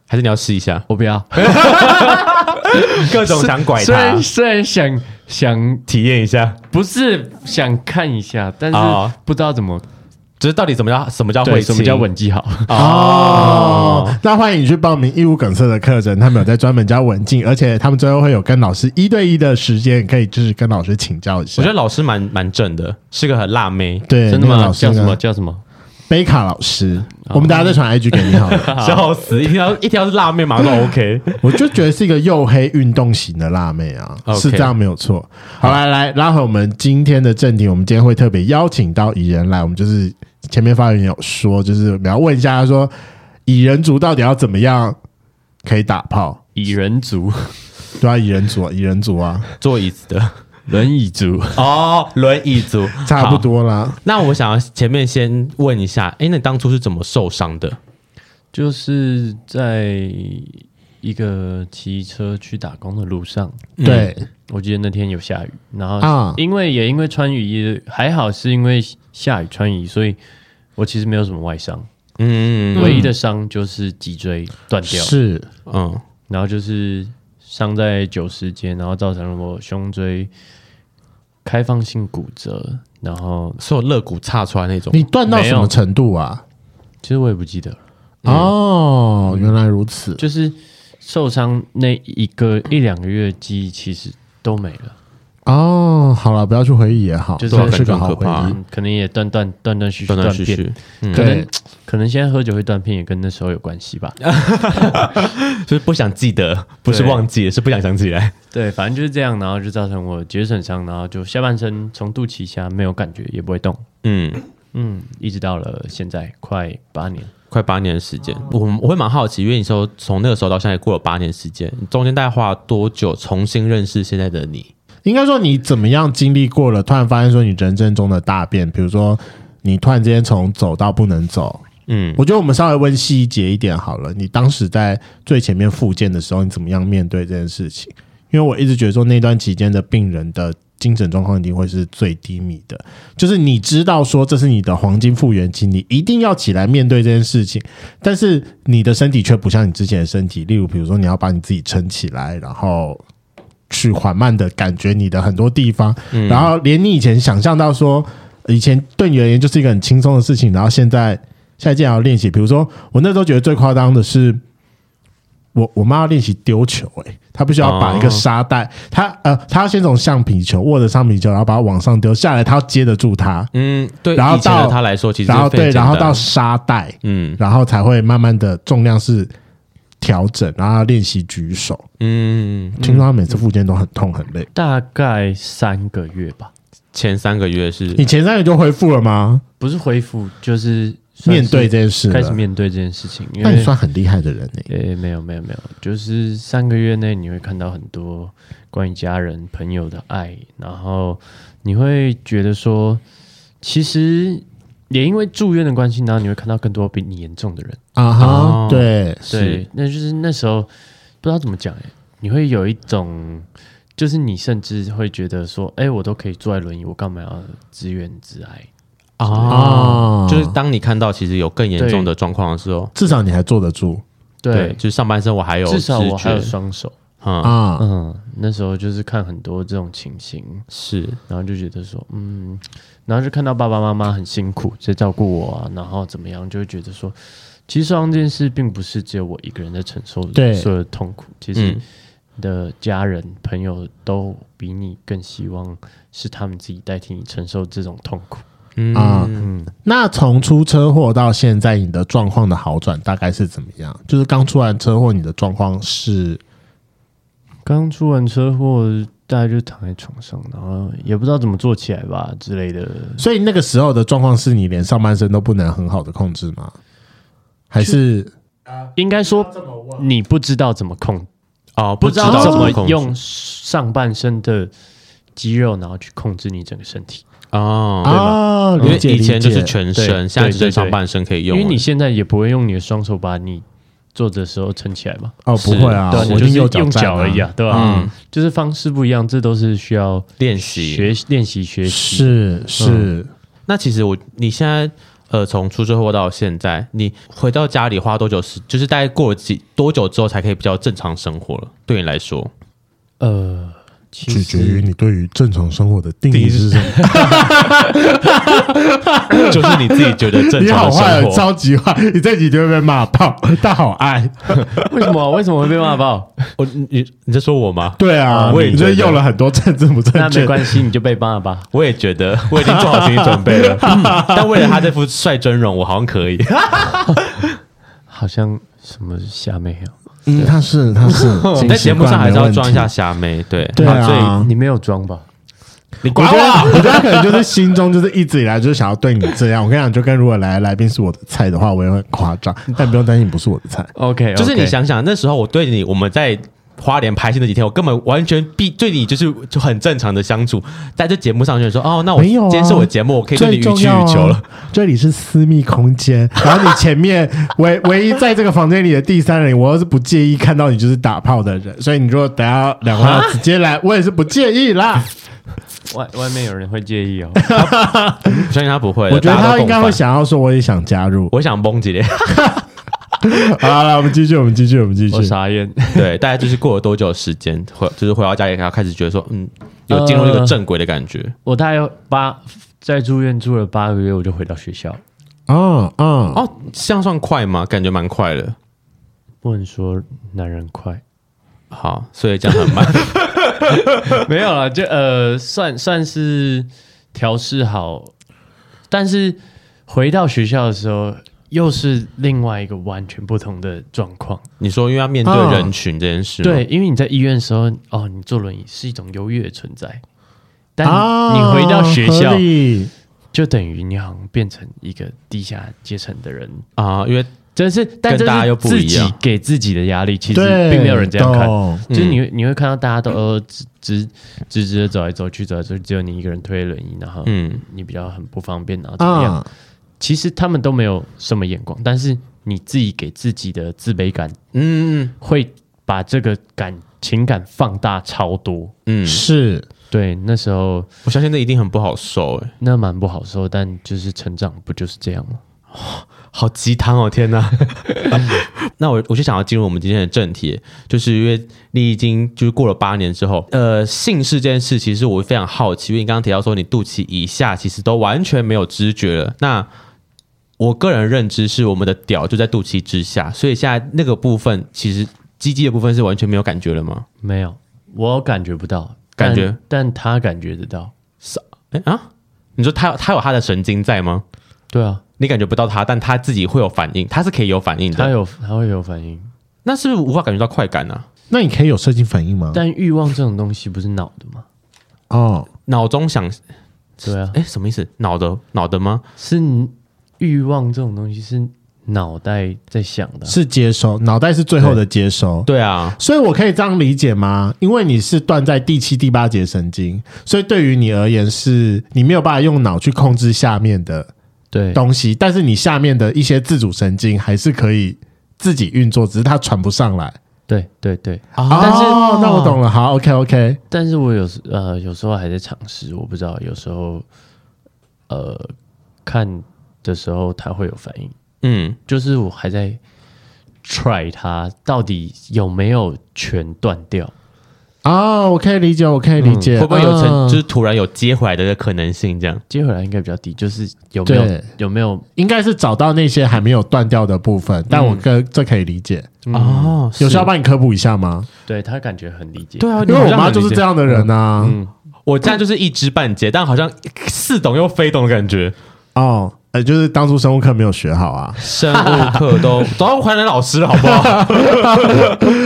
[SPEAKER 2] 还是你要试一下
[SPEAKER 3] 我不要，
[SPEAKER 2] 各种想拐
[SPEAKER 3] 虽
[SPEAKER 2] 他
[SPEAKER 3] 然，虽然想想
[SPEAKER 2] 体验一下，
[SPEAKER 3] 不是想看一下，但
[SPEAKER 2] 哦
[SPEAKER 3] 是不知道怎么
[SPEAKER 2] 就是到底怎么叫什么叫
[SPEAKER 3] 对
[SPEAKER 2] 会
[SPEAKER 3] 什么叫
[SPEAKER 2] 亲
[SPEAKER 3] 吻技好，
[SPEAKER 1] 哦，那欢迎你去报名义务梗塞的课程，他们有在专门教文静，而且他们最后会有跟老师一对一的时间，可以就是跟老师请教一
[SPEAKER 2] 我
[SPEAKER 1] 下
[SPEAKER 2] 觉。得老师蛮蛮正的，是个很辣妹。
[SPEAKER 1] 对，
[SPEAKER 3] 真的
[SPEAKER 1] 那个
[SPEAKER 3] 吗？
[SPEAKER 1] 老师
[SPEAKER 3] 叫什么
[SPEAKER 1] 呢？
[SPEAKER 3] 叫什么？
[SPEAKER 1] 贝卡老师，我们大家再传 IG 给你好了。
[SPEAKER 2] 笑死！一条一条是辣妹，马上 OK。
[SPEAKER 1] 我就觉得是一个黝黑运动型的辣妹啊，
[SPEAKER 2] OK
[SPEAKER 1] 是这样没有错。好，来来，拉回我们今天的正题，我们今天会特别邀请到蚁人来，我们就是前面发言有说，就是我们要问一下，他说蚁人族到底要怎么样可以打炮？
[SPEAKER 3] 蚁人族、
[SPEAKER 1] 对啊，蚁人族，啊，蚁人族啊，
[SPEAKER 2] 坐椅子的
[SPEAKER 3] 轮椅族，
[SPEAKER 2] 哦，轮椅族
[SPEAKER 1] 差不。
[SPEAKER 2] 好
[SPEAKER 1] 多啦。
[SPEAKER 2] 那我想要前面先问一下，哎，那你当初是怎么受伤的？
[SPEAKER 3] 就是在一个骑车去打工的路上，
[SPEAKER 1] 对，
[SPEAKER 3] 我记得那天有下雨，然
[SPEAKER 2] 嗯
[SPEAKER 3] 后
[SPEAKER 1] 啊
[SPEAKER 3] 因为也因为穿雨衣，还好是因为下雨穿雨衣，所以我其实没有什么外伤，
[SPEAKER 2] 嗯
[SPEAKER 3] 唯一的伤就是脊椎断掉，
[SPEAKER 1] 是
[SPEAKER 2] 嗯，
[SPEAKER 3] 然后就是伤在九十间，然后造成了我胸椎开放性骨折，然后
[SPEAKER 2] 是有肋骨岔出来那种。
[SPEAKER 1] 你断到什
[SPEAKER 3] 没
[SPEAKER 1] 么
[SPEAKER 3] 有
[SPEAKER 1] 程度啊？
[SPEAKER 3] 其实我也不记得了，
[SPEAKER 2] 嗯
[SPEAKER 1] 哦，原来如此。
[SPEAKER 3] 就是受伤那一个一两个月记忆其实都没了，
[SPEAKER 1] 哦，好了，不要去回忆也好，
[SPEAKER 3] 就是
[SPEAKER 1] 这是
[SPEAKER 2] 很
[SPEAKER 1] 个好
[SPEAKER 2] 可
[SPEAKER 1] 回
[SPEAKER 2] 怕
[SPEAKER 1] 忆。
[SPEAKER 3] 嗯，可能也断断断断续续
[SPEAKER 2] 断断续嗯
[SPEAKER 3] 片
[SPEAKER 2] 续，
[SPEAKER 3] 可
[SPEAKER 1] 对
[SPEAKER 3] 能可能现在喝酒会断片，也跟那时候有关系吧。
[SPEAKER 2] 就是不想记得，不是
[SPEAKER 3] 对
[SPEAKER 2] 忘记了，是不想想起来。
[SPEAKER 3] 对，反正就是这样，然后就造成我脊椎损伤，然后就下半身从肚脐下没有感觉，也不会动。
[SPEAKER 2] 嗯，
[SPEAKER 3] 嗯，一直到了现在快八年，
[SPEAKER 2] 快八年的时间，
[SPEAKER 1] 哦
[SPEAKER 2] 我我会蛮好奇，因为你说从那个时候到现在过了八年时间，你中间大概花了多久重新认识现在的你？
[SPEAKER 1] 应该说你怎么样经历过了，突然发现说你人生中的大变，比如说你突然之间从走到不能走。
[SPEAKER 2] 嗯，
[SPEAKER 1] 我觉得我们稍微温细节一点好了。你当时在最前面复健的时候，你怎么样面对这件事情？因为我一直觉得说那段期间的病人的精神状况一定会是最低迷的，就是你知道说这是你的黄金复原期，你一定要起来面对这件事情，但是你的身体却不像你之前的身体，例如比如说你要把你自己撑起来，然后去缓慢的感觉你的很多地方，
[SPEAKER 2] 嗯
[SPEAKER 1] 然后连你以前想象到说以前对你而言就是一个很轻松的事情，然后现在现在竟然要练习，比如说我那时候觉得最夸张的是。我我妈要练习丢球、欸，哎，她必须要把一个沙袋，她呃，她要先从橡皮球握着橡皮球，然后把它往上丢下来，她要接得住它，
[SPEAKER 2] 嗯，对，
[SPEAKER 1] 然后
[SPEAKER 2] 以前的
[SPEAKER 1] 到
[SPEAKER 2] 他来说，其实
[SPEAKER 1] 然后
[SPEAKER 2] 非常
[SPEAKER 1] 对，
[SPEAKER 2] 简
[SPEAKER 1] 然后
[SPEAKER 2] 单
[SPEAKER 1] 到沙袋，
[SPEAKER 2] 嗯
[SPEAKER 1] 然后才会慢慢的重量是调整，然后要练习举手。
[SPEAKER 2] 嗯，
[SPEAKER 1] 听说她每次复健都很痛很累，
[SPEAKER 3] 大概三个月吧，
[SPEAKER 2] 前三个月
[SPEAKER 3] 啊
[SPEAKER 2] 是
[SPEAKER 1] 你前三个就恢复了吗？
[SPEAKER 3] 不是恢复，就是算是
[SPEAKER 1] 面对这件事了，
[SPEAKER 3] 开始面对这件事情，因
[SPEAKER 1] 那你
[SPEAKER 3] 为
[SPEAKER 1] 算很厉害的人呢、
[SPEAKER 3] 诶、没有没有没有，就是三个月内你会看到很多关于家人朋友的爱，然后你会觉得说，其实也因为住院的关系，然后你会看到更多比你严重的人。
[SPEAKER 1] 啊哈，
[SPEAKER 2] 哦
[SPEAKER 1] 对，
[SPEAKER 3] 对，那就是那时候不知道怎么讲哎、你会有一种，就是你甚至会觉得说，哎、我都可以坐在轮椅，我干嘛要自怨自艾？
[SPEAKER 2] 啊，
[SPEAKER 1] 哦，
[SPEAKER 2] 就是当你看到其实有更严重的状况的时候，
[SPEAKER 1] 至少你还坐得住
[SPEAKER 2] 对，
[SPEAKER 3] 对，
[SPEAKER 2] 就是上半身我还有
[SPEAKER 3] 至少我
[SPEAKER 2] 知觉
[SPEAKER 3] 还有双手。
[SPEAKER 2] 嗯
[SPEAKER 1] 啊。
[SPEAKER 3] 嗯，那时候就是看很多这种情形，
[SPEAKER 2] 是
[SPEAKER 3] 然后就觉得说，嗯，然后就看到爸爸妈妈很辛苦在照顾我啊，然后怎么样，就会觉得说，其实双这件事并不是只有我一个人在承受
[SPEAKER 1] 对
[SPEAKER 3] 所有的痛苦，其实
[SPEAKER 2] 嗯
[SPEAKER 3] 你的家人、朋友都比你更希望是他们自己代替你承受这种痛苦。
[SPEAKER 2] 嗯
[SPEAKER 1] 啊
[SPEAKER 3] 嗯，
[SPEAKER 1] 那从出车祸到现在，你的状况的好转大概是怎么样？就是刚出完车祸，你的状况是
[SPEAKER 3] 刚出完车祸，大概就躺在床上，然后也不知道怎么坐起来吧之类的。
[SPEAKER 1] 所以那个时候的状况是你连上半身都不能很好的控制吗？还是
[SPEAKER 3] 应该说
[SPEAKER 1] 这么问？
[SPEAKER 3] 你不知道怎么控
[SPEAKER 2] 哦，
[SPEAKER 3] 不知道怎么
[SPEAKER 2] 控制
[SPEAKER 3] 用上半身的肌肉，然后去控制你整个身体，
[SPEAKER 2] 哦，
[SPEAKER 1] 啊，
[SPEAKER 2] 因为
[SPEAKER 1] 理解
[SPEAKER 2] 以前就是
[SPEAKER 1] 理解
[SPEAKER 2] 全
[SPEAKER 3] 对
[SPEAKER 2] 身，现在只剩
[SPEAKER 3] 对对
[SPEAKER 2] 上半身可以
[SPEAKER 3] 因
[SPEAKER 2] 用了，
[SPEAKER 3] 为你现在也不会用你的双手把你坐着的时候撑起来嘛，
[SPEAKER 1] 哦，不会啊，
[SPEAKER 3] 对啊，
[SPEAKER 1] 我
[SPEAKER 3] 你
[SPEAKER 1] 一
[SPEAKER 3] 就
[SPEAKER 1] 定
[SPEAKER 3] 是
[SPEAKER 1] 右
[SPEAKER 3] 用
[SPEAKER 1] 站
[SPEAKER 3] 脚而已啊，对吧、
[SPEAKER 2] 嗯
[SPEAKER 3] 就是方式不一样，这都是需要
[SPEAKER 2] 练习
[SPEAKER 3] 学练习学习。
[SPEAKER 1] 是
[SPEAKER 3] 嗯
[SPEAKER 1] 是，
[SPEAKER 2] 那其实我你现在呃，从出车祸到现在，你回到家里花多久时？就是大概过了几多久之后才可以比较正常生活了？对你来 说，
[SPEAKER 3] 呃，其
[SPEAKER 1] 取决于
[SPEAKER 3] 实
[SPEAKER 1] 你对于正常生活的定义是什么。
[SPEAKER 2] 就是你自己觉得正
[SPEAKER 1] 你
[SPEAKER 2] 常
[SPEAKER 1] 好
[SPEAKER 2] 的
[SPEAKER 1] 坏
[SPEAKER 2] 生
[SPEAKER 1] 哦，
[SPEAKER 2] 活。
[SPEAKER 1] 超级坏，你这集就会被骂爆。但好爱，
[SPEAKER 3] 为什 么为什么会被骂 爆？
[SPEAKER 2] 我你你你在说我吗？
[SPEAKER 1] 对啊，
[SPEAKER 2] 我也
[SPEAKER 1] 你这
[SPEAKER 2] 觉得
[SPEAKER 1] 用了很多政治不
[SPEAKER 3] 那
[SPEAKER 1] 正确
[SPEAKER 3] 没
[SPEAKER 1] 的
[SPEAKER 3] 关系，你就被骂吧。
[SPEAKER 2] 我也觉得，我已经做好心理准备 了。嗯但为了他这副帅尊容，我好像可以。
[SPEAKER 3] 好像什么虾妹啊，
[SPEAKER 1] 嗯，他是他是
[SPEAKER 2] 你在节目上还是要装一下。虾妹，对
[SPEAKER 1] 对啊
[SPEAKER 2] 所以
[SPEAKER 1] 啊
[SPEAKER 3] 你没有装吧？
[SPEAKER 2] 你
[SPEAKER 1] 我
[SPEAKER 2] 管
[SPEAKER 1] 觉得，
[SPEAKER 2] 我。
[SPEAKER 1] 我觉得他可能就是心中就是一直以来就是想要对你这样。我跟你讲，就跟如果来的来宾是我的菜的话，我也会很夸张，但不用担心不是我的菜。
[SPEAKER 3] OK，
[SPEAKER 2] 就是你想想，那时候我对你，我们在花莲拍戏那几天，我根本完全避对你就是就很正常的相处，在这节目上就说哦，那我
[SPEAKER 1] 没有啊
[SPEAKER 2] 今天是我的节目，我可以对
[SPEAKER 1] 最
[SPEAKER 2] 你予
[SPEAKER 1] 重
[SPEAKER 2] 取
[SPEAKER 1] 要
[SPEAKER 2] 予
[SPEAKER 1] 啊
[SPEAKER 2] 求了。，
[SPEAKER 1] 这里是私密空间，然后你前面唯唯一在这个房间里的第三人，我要是不介意看到你就是打炮的人，所以你如果等下两
[SPEAKER 2] 啊
[SPEAKER 1] 位要直接来，我也是不介意啦。
[SPEAKER 3] 外外面有人会介 意哦。
[SPEAKER 2] 我相信他不会的，
[SPEAKER 1] 我觉得
[SPEAKER 2] 大家
[SPEAKER 1] 他
[SPEAKER 2] 都
[SPEAKER 1] 应该
[SPEAKER 2] 共
[SPEAKER 1] 会
[SPEAKER 2] 犯。
[SPEAKER 1] 想要说，我也想加入。
[SPEAKER 2] 我想崩几 年，
[SPEAKER 1] 好，来，我们继续，我们继续，我们继续
[SPEAKER 3] 我。傻眼。
[SPEAKER 2] 对，大概就是过了多久的时间，回就是回到家里，然后开始觉得说，嗯，有进入一个
[SPEAKER 1] 呃
[SPEAKER 2] 正轨的感觉。
[SPEAKER 3] 我大概八在住院住了八个月，我就回到学校。
[SPEAKER 1] 嗯嗯，
[SPEAKER 2] 哦，这样算快吗？感觉蛮快的。
[SPEAKER 3] 不能说男人快，
[SPEAKER 2] 好，所以这样很慢。
[SPEAKER 3] 没有啦，就呃，算算是调试好，但是回到学校的时候，又是另外一个完全不同的状况。
[SPEAKER 2] 你说因为 要面
[SPEAKER 1] 啊
[SPEAKER 2] 对人群这件事，
[SPEAKER 3] 对，，因为你在医院的时候，哦，你坐轮椅是一种优越的存在，但
[SPEAKER 1] 啊
[SPEAKER 3] 你回到学校
[SPEAKER 1] 合，理
[SPEAKER 3] 就等于你好像变成一个低下阶层的人。
[SPEAKER 2] 啊，因为
[SPEAKER 3] 这是，但
[SPEAKER 2] 跟
[SPEAKER 3] 这
[SPEAKER 2] 大家又
[SPEAKER 3] 是
[SPEAKER 2] 不
[SPEAKER 3] 自
[SPEAKER 2] 一
[SPEAKER 3] 己
[SPEAKER 2] 样
[SPEAKER 3] 给自己的压力，其实
[SPEAKER 1] 对，
[SPEAKER 3] 并没有人这样看。
[SPEAKER 1] 懂
[SPEAKER 3] 就是
[SPEAKER 2] 嗯
[SPEAKER 3] 你会你会看到大家都呃直直直直的走来走去走来走去，只有你一个人推轮椅，然后
[SPEAKER 2] 嗯
[SPEAKER 3] 你比较很不方便，然后怎么样？
[SPEAKER 1] 啊，
[SPEAKER 3] 其实他们都没有什么眼光，但是你自己给自己的自卑感
[SPEAKER 2] 嗯
[SPEAKER 3] 会把这个感情感放大超多。
[SPEAKER 2] 嗯，
[SPEAKER 1] 是
[SPEAKER 3] 对，那时候
[SPEAKER 2] 我相信那一定很不好受，哎，
[SPEAKER 3] 那蛮不好受，但就是成长不就是这样吗？
[SPEAKER 2] 好鸡汤哦！天哪， 那我我就想要进入我们今天的正题，就是因为你已经就是过了八年之后，呃，性事这件事，其实我非常好奇，因为你刚刚提到说你肚脐以下其实都完全没有知觉了，那。我个人认知是我们的屌就在肚脐之下，所以现在那个部分其实鸡鸡的部分是完全没有感觉了吗？
[SPEAKER 3] 没有，我感觉不到，
[SPEAKER 2] 感觉
[SPEAKER 3] 但，但他感觉得到。
[SPEAKER 2] 哎啊，你说他他有他的神经在吗？
[SPEAKER 3] 对啊，
[SPEAKER 2] 你感觉不到他，但他自己会有反应，他是可以有反应
[SPEAKER 3] 他
[SPEAKER 2] 的。
[SPEAKER 3] 有，他会有反应。
[SPEAKER 2] 那是不是无法感觉到快感啊？
[SPEAKER 1] 那你可以有射精反应吗？
[SPEAKER 3] 但欲望这种东西不是脑的吗？
[SPEAKER 1] 哦，
[SPEAKER 2] 脑中想，
[SPEAKER 3] 对啊，
[SPEAKER 2] 哎，什么意思？脑的脑的吗？
[SPEAKER 3] 是欲望这种东西是脑袋在想的啊、
[SPEAKER 1] 是接收，脑袋是最后的接收。
[SPEAKER 2] 对啊，
[SPEAKER 1] 所以我可以这样理解吗？因为你是断在第七、第八节神经，所以对于你而言是，你没有办法用脑去控制下面的
[SPEAKER 3] 对
[SPEAKER 1] 东西，但是你下面的一些自主神经还是可以自己运作，只是它传不上来。
[SPEAKER 3] 对对对。
[SPEAKER 2] 啊
[SPEAKER 3] 但是
[SPEAKER 1] 哦、那我懂了，
[SPEAKER 2] 嗯
[SPEAKER 1] 好，OK OK，
[SPEAKER 3] 但是我有时呃有时候还在尝试，我不知道有时候呃看的时候他会有反应，
[SPEAKER 2] 嗯，
[SPEAKER 3] 就是我还在 try 它到底有没有全断掉。
[SPEAKER 1] 哦，我可以理解，我可以理解，
[SPEAKER 2] 会不会有成、
[SPEAKER 1] 嗯
[SPEAKER 2] 就是突然有接回来的可能性？这样
[SPEAKER 3] 接回来应该比较低，就是有没
[SPEAKER 1] 对
[SPEAKER 3] 有有没有
[SPEAKER 1] 应该是找到那些还没有断掉的部分，但我跟、这可以理解。
[SPEAKER 2] 哦，嗯
[SPEAKER 1] 嗯
[SPEAKER 2] 是
[SPEAKER 1] 有需要帮你科普一下吗？
[SPEAKER 3] 对他感觉很理解。
[SPEAKER 2] 对啊，
[SPEAKER 1] 因为
[SPEAKER 2] 你
[SPEAKER 1] 我
[SPEAKER 2] 好像
[SPEAKER 1] 妈
[SPEAKER 2] 很
[SPEAKER 1] 就是
[SPEAKER 2] 理解嗯
[SPEAKER 1] 这，样的人啊。
[SPEAKER 2] 我这样就是一知半解，但好像似懂又非懂的感觉。
[SPEAKER 1] 哦，呃，就是当初生物课没有学好啊。
[SPEAKER 2] 生物课都早上还来老师了，好不好？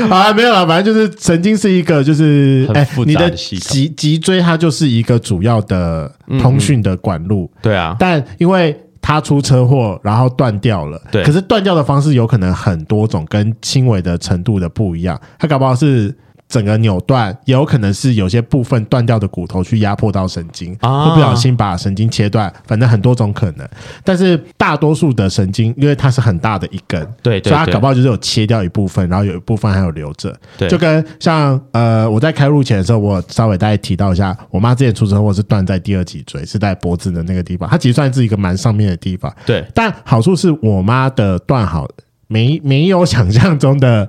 [SPEAKER 1] 啊，没有啦，反正就是神经是一个，就是
[SPEAKER 3] 很
[SPEAKER 1] 哎、
[SPEAKER 3] 复
[SPEAKER 1] 你
[SPEAKER 3] 杂
[SPEAKER 1] 的
[SPEAKER 3] 的系统
[SPEAKER 1] 脊脊椎它就是一个主要的
[SPEAKER 2] 嗯
[SPEAKER 1] 通讯的管路，
[SPEAKER 2] 对啊，
[SPEAKER 1] 但因为他出车祸，然后断掉了。
[SPEAKER 2] 对
[SPEAKER 1] 可是断掉的方式有可能很多种，跟轻微的程度的不一样。他搞不好是整个扭断，也有可能是有些部分断掉的骨头去压迫到神经，
[SPEAKER 2] 啊
[SPEAKER 1] 会不小心把神经切断。反正很多种可能，但是大多数的神经，因为它是很大的一根，
[SPEAKER 2] 对对
[SPEAKER 1] 所以它
[SPEAKER 2] 对
[SPEAKER 1] 搞不好就是有切掉一部分，然后有一部分还有留着。
[SPEAKER 2] 对
[SPEAKER 1] 就跟像呃，我在开录前的时候，我稍微大概提到一下，我妈之前出车祸是断在第二脊椎，是在脖子的那个地方，它其实算是一个蛮上面的地方。
[SPEAKER 2] 对，
[SPEAKER 1] 但好处是我妈的断好没没有想象中的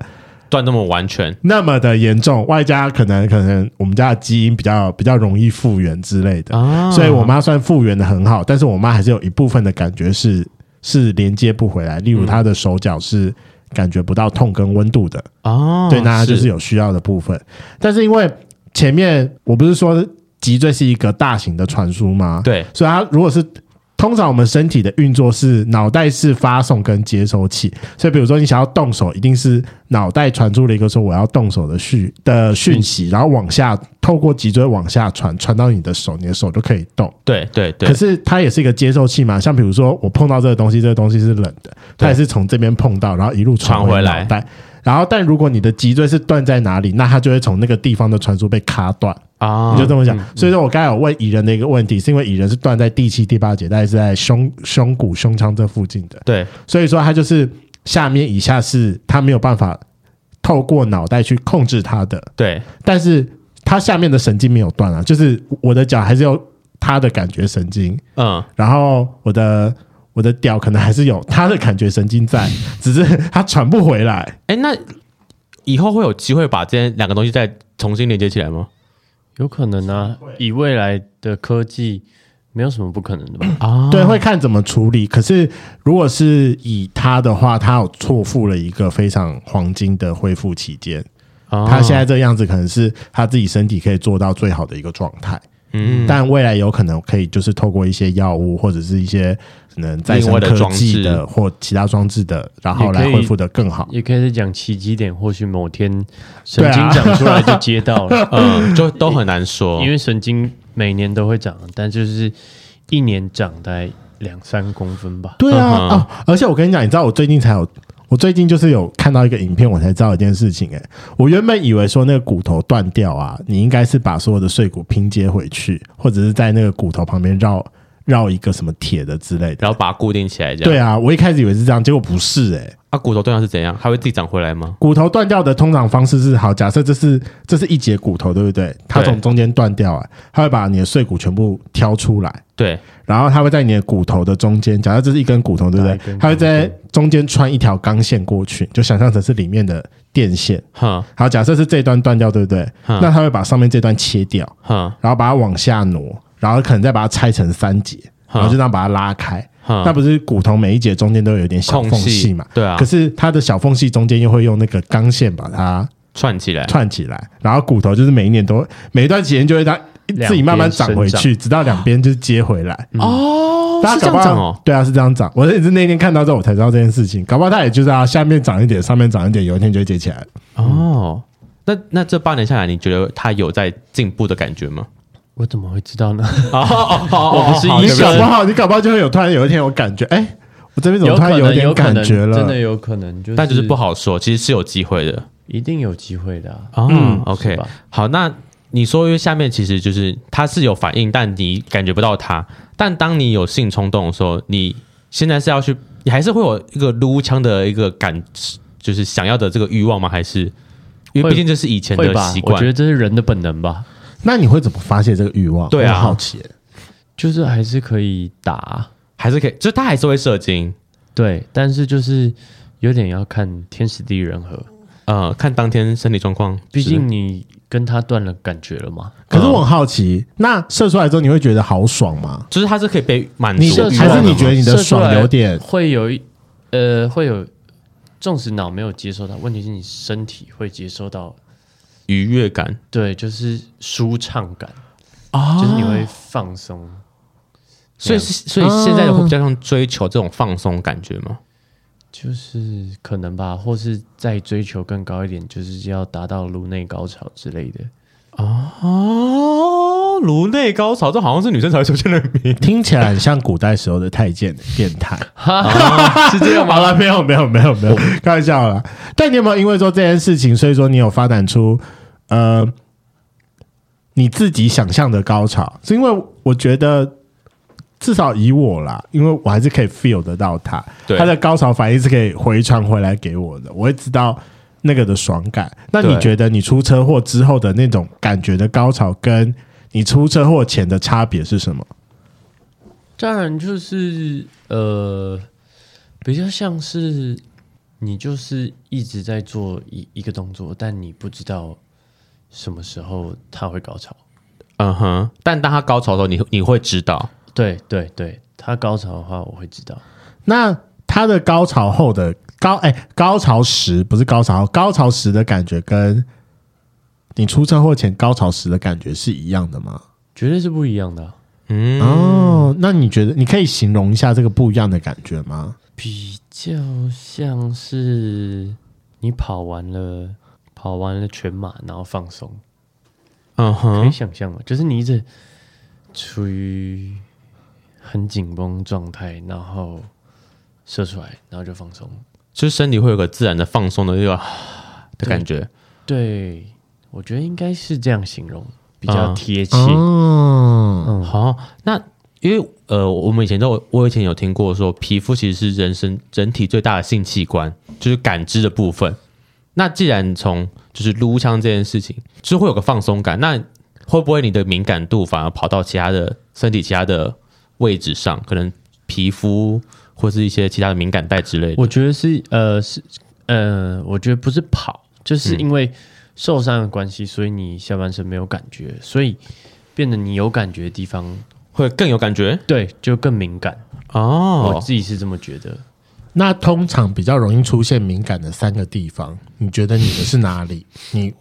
[SPEAKER 2] 断那么完全，
[SPEAKER 1] 那么的严重，外加可能可能我们家的基因比较比较容易复原之类的，
[SPEAKER 2] 啊
[SPEAKER 1] 所以我妈算复原的很好，但是我妈还是有一部分的感觉是是连接不回来，例如她的手脚是感觉不到痛跟温度的，
[SPEAKER 2] 哦，
[SPEAKER 1] 对，那它就是有需要的部分。但是因为前面我不是说脊椎是一个大型的传输吗？，
[SPEAKER 2] 对
[SPEAKER 1] 所以它如果是通常我们身体的运作是脑袋是发送跟接收器，所以比如说你想要动手，一定是脑袋传出了一个说我要动手的讯的讯息，然后往下透过脊椎往下传，传到你的手，你的手就可以动。
[SPEAKER 2] 对对对
[SPEAKER 1] 可，是它也是一个接收器嘛，像比如说我碰到这个东西，这个东西是冷的，它也是从这边碰到，然后一路传
[SPEAKER 2] 传回来
[SPEAKER 1] 脑袋。然后，但如果你的脊椎是断在哪里，那它就会从那个地方的传输被卡断。
[SPEAKER 2] 啊
[SPEAKER 1] 你就这么想。所以说我刚才有问蚁人的一个问题，是因为蚁人是断在第七、第八节，大概是在胸胸骨、胸腔这附近的，
[SPEAKER 2] 对
[SPEAKER 1] 所以说它就是下面以下是它没有办法透过脑袋去控制它的，
[SPEAKER 2] 对
[SPEAKER 1] 但是它下面的神经没有断啊，就是我的脚还是有它的感觉神经，
[SPEAKER 2] 嗯，
[SPEAKER 1] 然后我的。我的屌可能还是有它的感觉神经在，只是它传不回来。
[SPEAKER 2] 哎，那以后会有机会把这两个东西再重新连接起来吗？
[SPEAKER 3] 有可能啊，以未来的科技，没有什么不可能的吧？
[SPEAKER 2] 啊，
[SPEAKER 1] 对，会看怎么处理。可是如果是以他的话，他有错付了一个非常黄金的恢复期间。
[SPEAKER 2] 哦
[SPEAKER 1] 他现在这个样子，可能是他自己身体可以做到最好的一个状态。
[SPEAKER 2] 嗯
[SPEAKER 1] 但未来有可能可以就是透过一些药物或者是一些可能再生
[SPEAKER 2] 另外的
[SPEAKER 1] 科
[SPEAKER 2] 装
[SPEAKER 1] 技
[SPEAKER 2] 置
[SPEAKER 1] 的或其他装置的，然后来
[SPEAKER 3] 也可以
[SPEAKER 1] 恢复的更好。
[SPEAKER 3] 也可以再讲奇迹点，或许某天
[SPEAKER 1] 对
[SPEAKER 3] 神
[SPEAKER 1] 啊
[SPEAKER 3] 经长出来就接到了，
[SPEAKER 2] 嗯，就都很难说，
[SPEAKER 3] 因为神经每年都会长，但就是一年长大概两三公分吧。
[SPEAKER 1] 对啊，
[SPEAKER 2] 嗯哼
[SPEAKER 1] 哦，而且我跟你讲，你知道我最近才有，我最近就是有看到一个影片，我才知道一件事情、欸。哎，我原本以为说那个骨头断掉啊，你应该是把所有的碎骨拼接回去，或者是在那个骨头旁边绕绕一个什么铁的之类的。
[SPEAKER 2] 然后把它固定起来这样。
[SPEAKER 1] 对啊，我一开始以为是这样，结果不是哎、欸
[SPEAKER 2] 啊，骨头断掉是怎样？它会自己长回来吗？
[SPEAKER 1] 骨头断掉的通常方式是，好，假设这是这是一节骨头，对不对？它
[SPEAKER 2] 对
[SPEAKER 1] 从中间断掉啊，它会把你的碎骨全部挑出来，
[SPEAKER 2] 对，
[SPEAKER 1] 然后它会在你的骨头的中间，假设这是一根骨头，对不
[SPEAKER 3] 哪一
[SPEAKER 1] 对？
[SPEAKER 3] 根
[SPEAKER 1] 它会在中间穿一条钢线过去，就想象成是里面的电线。
[SPEAKER 2] 哼
[SPEAKER 1] 好，假设是这段断掉，对不对？
[SPEAKER 2] 嗯
[SPEAKER 1] 那它会把上面这段切掉，
[SPEAKER 2] 哼
[SPEAKER 1] 然后把它往下挪，然后可能再把它拆成三节，
[SPEAKER 2] 嗯
[SPEAKER 1] 然后就这样把它拉开，
[SPEAKER 2] 哼
[SPEAKER 1] 那不是骨头每一节中间都有一点小缝
[SPEAKER 2] 空隙
[SPEAKER 1] 隙嘛？
[SPEAKER 2] 对啊
[SPEAKER 1] 可是它的小缝隙中间又会用那个钢线把它
[SPEAKER 2] 串起来，
[SPEAKER 1] 串起来，然后骨头就是每一年都每一段时间就会它自己慢慢长回
[SPEAKER 3] 两
[SPEAKER 1] 去，直到两边就是接回来。
[SPEAKER 3] 嗯
[SPEAKER 1] 嗯
[SPEAKER 2] 哦
[SPEAKER 1] 大
[SPEAKER 2] 是
[SPEAKER 1] 家
[SPEAKER 2] 这
[SPEAKER 1] 搞不好
[SPEAKER 2] 样讲哦，
[SPEAKER 1] 对啊，是这样长。我也是那天看到之后，我才知道这件事情。搞不好它也就是啊，下面长一点，上面长一点，有一天就会接起来。
[SPEAKER 2] 哦。那那这八年下来，你觉得他有在进步的感觉 吗？
[SPEAKER 3] 我怎么会知道呢？
[SPEAKER 2] 哦哦哦
[SPEAKER 3] 我不是医
[SPEAKER 1] 你
[SPEAKER 3] 生
[SPEAKER 1] 搞不好，你搞不好就会有突然有一天有感觉，哎，我这边怎么突
[SPEAKER 3] 可
[SPEAKER 1] 然
[SPEAKER 3] 能，
[SPEAKER 1] 点
[SPEAKER 3] 有可
[SPEAKER 1] 感
[SPEAKER 3] 能，
[SPEAKER 1] 觉
[SPEAKER 3] 真的
[SPEAKER 1] 了？
[SPEAKER 3] 有可能，就是
[SPEAKER 2] 但就是不，好说，其实是有机会的。
[SPEAKER 3] 一定有机会的啊。
[SPEAKER 2] 哦、
[SPEAKER 1] 嗯
[SPEAKER 2] o k
[SPEAKER 3] 是吧
[SPEAKER 2] 好，那你说因为下面其实就是它是有反应，但你感觉不到它。但当你有性冲动的时候，你现在是要去，你还是会有一个撸枪的一个感，就是想要的这个欲望吗？还是因为
[SPEAKER 3] 会
[SPEAKER 2] 毕竟这是以前
[SPEAKER 3] 会
[SPEAKER 2] 的
[SPEAKER 3] 吧
[SPEAKER 2] 习？
[SPEAKER 3] 我觉
[SPEAKER 2] 惯
[SPEAKER 3] 得，这是人的本能吧，
[SPEAKER 1] 那你会怎么发泄这个欲望？
[SPEAKER 2] 对啊
[SPEAKER 1] 我很好
[SPEAKER 3] 嗯
[SPEAKER 1] 奇。
[SPEAKER 3] 就是还是可以打，
[SPEAKER 2] 还是可以，就是它还是会射精。
[SPEAKER 3] 对，但是就是有点要看天时地利人和，
[SPEAKER 2] 呃，看当天身体状况，
[SPEAKER 3] 毕
[SPEAKER 2] 是
[SPEAKER 3] 竟你跟他断了感觉了嘛。
[SPEAKER 1] 可是我很好奇，那射出来之后你会觉得好爽吗？
[SPEAKER 2] 就是它是可以被满
[SPEAKER 1] 你
[SPEAKER 2] 足的欲望的
[SPEAKER 1] 还
[SPEAKER 2] 嘛，
[SPEAKER 1] 是你觉得你的
[SPEAKER 3] 射出
[SPEAKER 1] 爽
[SPEAKER 3] 来
[SPEAKER 1] 有点
[SPEAKER 3] 会有一呃会有，纵使脑没有接收到，问题是你身体会接收到，
[SPEAKER 2] 愉悦感
[SPEAKER 3] 对，就是舒畅感，
[SPEAKER 2] 啊
[SPEAKER 3] 就是你会放松。
[SPEAKER 2] 所以是所以
[SPEAKER 3] 啊
[SPEAKER 2] 现在会比较像追求这种放松感觉吗？
[SPEAKER 3] 就是可能吧，或是再追求更高一点，就是要达到颅内高潮之类的。
[SPEAKER 2] 哦，颅内高潮，这好像是女生才会出现的名。
[SPEAKER 1] 听起来很像古代时候的太监变态？哦
[SPEAKER 3] 是这样吗？
[SPEAKER 1] 好了，没有没有没有没有，开玩笑啦。但你有没有因为说这件事情，所以说你有发展出呃你自己想象的高潮？是因为我觉得。至少以我啦，因为我还是可以 feel 得到它，
[SPEAKER 2] 对
[SPEAKER 1] 它的高潮反应是可以回传回来给我的，我会知道那个的爽感。那你
[SPEAKER 2] 对
[SPEAKER 1] 觉得你出车祸之后的那种感觉的高潮，跟你出车祸前的差别是什么？
[SPEAKER 3] 当然就是呃，比较像是你就是一直在做一一个动作，但你不知道什么时候它会高潮。
[SPEAKER 2] 嗯哼，但当她高潮的时候，你你会知道
[SPEAKER 3] 对对对，它高潮的话我会知道。
[SPEAKER 1] 那他的高潮后的高哎、高潮时不是高潮后，高潮时的感觉跟你出车祸前高潮时的感觉是一样的吗？
[SPEAKER 3] 绝对是不一样的啊、
[SPEAKER 1] 哦，那你觉得你可以形容一下这个不一样的感觉吗？
[SPEAKER 3] 比较像是你跑完了跑完了全马，然后放松，
[SPEAKER 2] 嗯
[SPEAKER 3] 可以
[SPEAKER 2] 哼，
[SPEAKER 3] 想象吗？就是你一直处于很紧绷状态，然后射出来，然后就放松。
[SPEAKER 2] 就是身体会有个自然的放松的一个啊的感觉。
[SPEAKER 3] 对，我觉得应该是这样形容比较
[SPEAKER 2] 啊
[SPEAKER 3] 贴切。
[SPEAKER 1] 哦，
[SPEAKER 3] 嗯，
[SPEAKER 2] 好，那因为呃，我们以前都有我以前有听过说，皮肤其实是人生人体最大的性器官，就是感知的部分。那既然从就是撸枪这件事情，就是会有个放松感，那会不会你的敏感度反而跑到其他的身体其他的位置上，可能皮肤或是一些其他的敏感带之类的？
[SPEAKER 3] 我觉得是呃是呃，我觉得不是跑，就是因为受伤的关系，所以你下半身没有感觉，所以变得你有感觉的地方，
[SPEAKER 2] 会更有感觉
[SPEAKER 3] 对，就更敏感。我
[SPEAKER 2] 哦。
[SPEAKER 3] 自己是这么觉得。
[SPEAKER 1] 那通常比较容易出现敏感的三个地方，你觉得你的是哪 里？你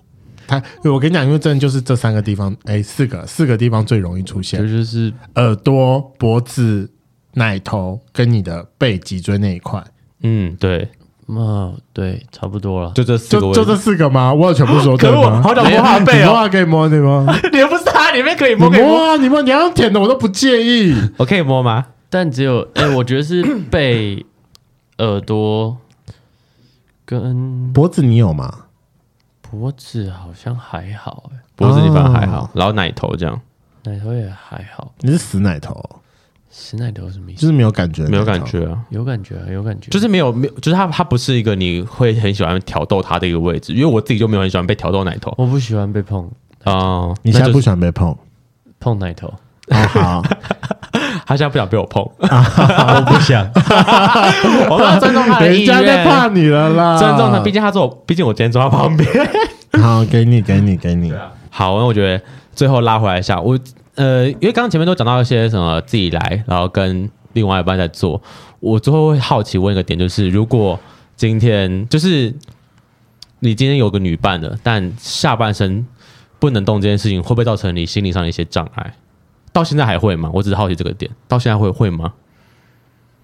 [SPEAKER 1] 他我跟你讲，因为真的就是这三个地方，哎、四个四个地方最容易出现
[SPEAKER 3] 这，就是
[SPEAKER 1] 耳朵、脖子、奶头跟你的背脊椎那一块。
[SPEAKER 2] 嗯，对，
[SPEAKER 3] 嘛、嗯对，差不多了。
[SPEAKER 2] 就这四个
[SPEAKER 1] 就
[SPEAKER 2] 位
[SPEAKER 1] 就
[SPEAKER 2] 置啊
[SPEAKER 1] 这，四个吗？我有全部说对
[SPEAKER 2] 可恶
[SPEAKER 1] 吗？
[SPEAKER 2] 好想摸他的背
[SPEAKER 1] 你
[SPEAKER 2] 哦
[SPEAKER 1] 摸啊，可以摸对 吗？
[SPEAKER 2] 你不是它里面可以
[SPEAKER 1] 你
[SPEAKER 2] 摸，可以摸，
[SPEAKER 1] 摸啊，你摸，你要用舔的我都不介意。
[SPEAKER 2] 我可以摸吗？
[SPEAKER 3] 但只有哎、我觉得是背、耳朵跟
[SPEAKER 1] 脖子你有吗？
[SPEAKER 3] 脖子好像还好、哎，
[SPEAKER 2] 脖子你反而还好，然后奶头这样
[SPEAKER 3] 奶头也还好。
[SPEAKER 1] 你是死奶头，
[SPEAKER 3] 实奶头什么意
[SPEAKER 1] 就
[SPEAKER 3] 思？
[SPEAKER 1] 是没有感觉，
[SPEAKER 2] 没有感。觉啊，
[SPEAKER 3] 有感觉、啊，有感觉，
[SPEAKER 2] 就是没有没有，就是它它不是一个你会很喜欢挑逗它的一个位置，因为我自己就没有很喜欢被挑逗奶头
[SPEAKER 3] 我不喜欢被碰
[SPEAKER 2] 啊。
[SPEAKER 1] 你现在
[SPEAKER 2] 那
[SPEAKER 1] 不
[SPEAKER 2] 就是
[SPEAKER 1] 喜欢被碰？
[SPEAKER 3] 碰奶头。
[SPEAKER 1] 哦，好，
[SPEAKER 2] 他现在不想被我碰，
[SPEAKER 3] 我不想。
[SPEAKER 2] 我们要尊重他的 意
[SPEAKER 1] 人家在
[SPEAKER 2] 愿，
[SPEAKER 1] 怕啊你了啦。
[SPEAKER 2] 尊重他，毕竟他坐我，毕竟我今天坐他旁边。
[SPEAKER 1] 好，给你，给你，给你。
[SPEAKER 2] 好，那我觉得最后拉回来一下，我呃，因为刚刚前面都讲到一些什么自己来，然后跟另外一半在做，我最后会好奇问一个点，就是如果今天就是你今天有个女伴的，但下半身不能动这件事情，会不会造成你心理上的一些障碍？到现在还会吗？我只是好奇这个点，到现在会会吗？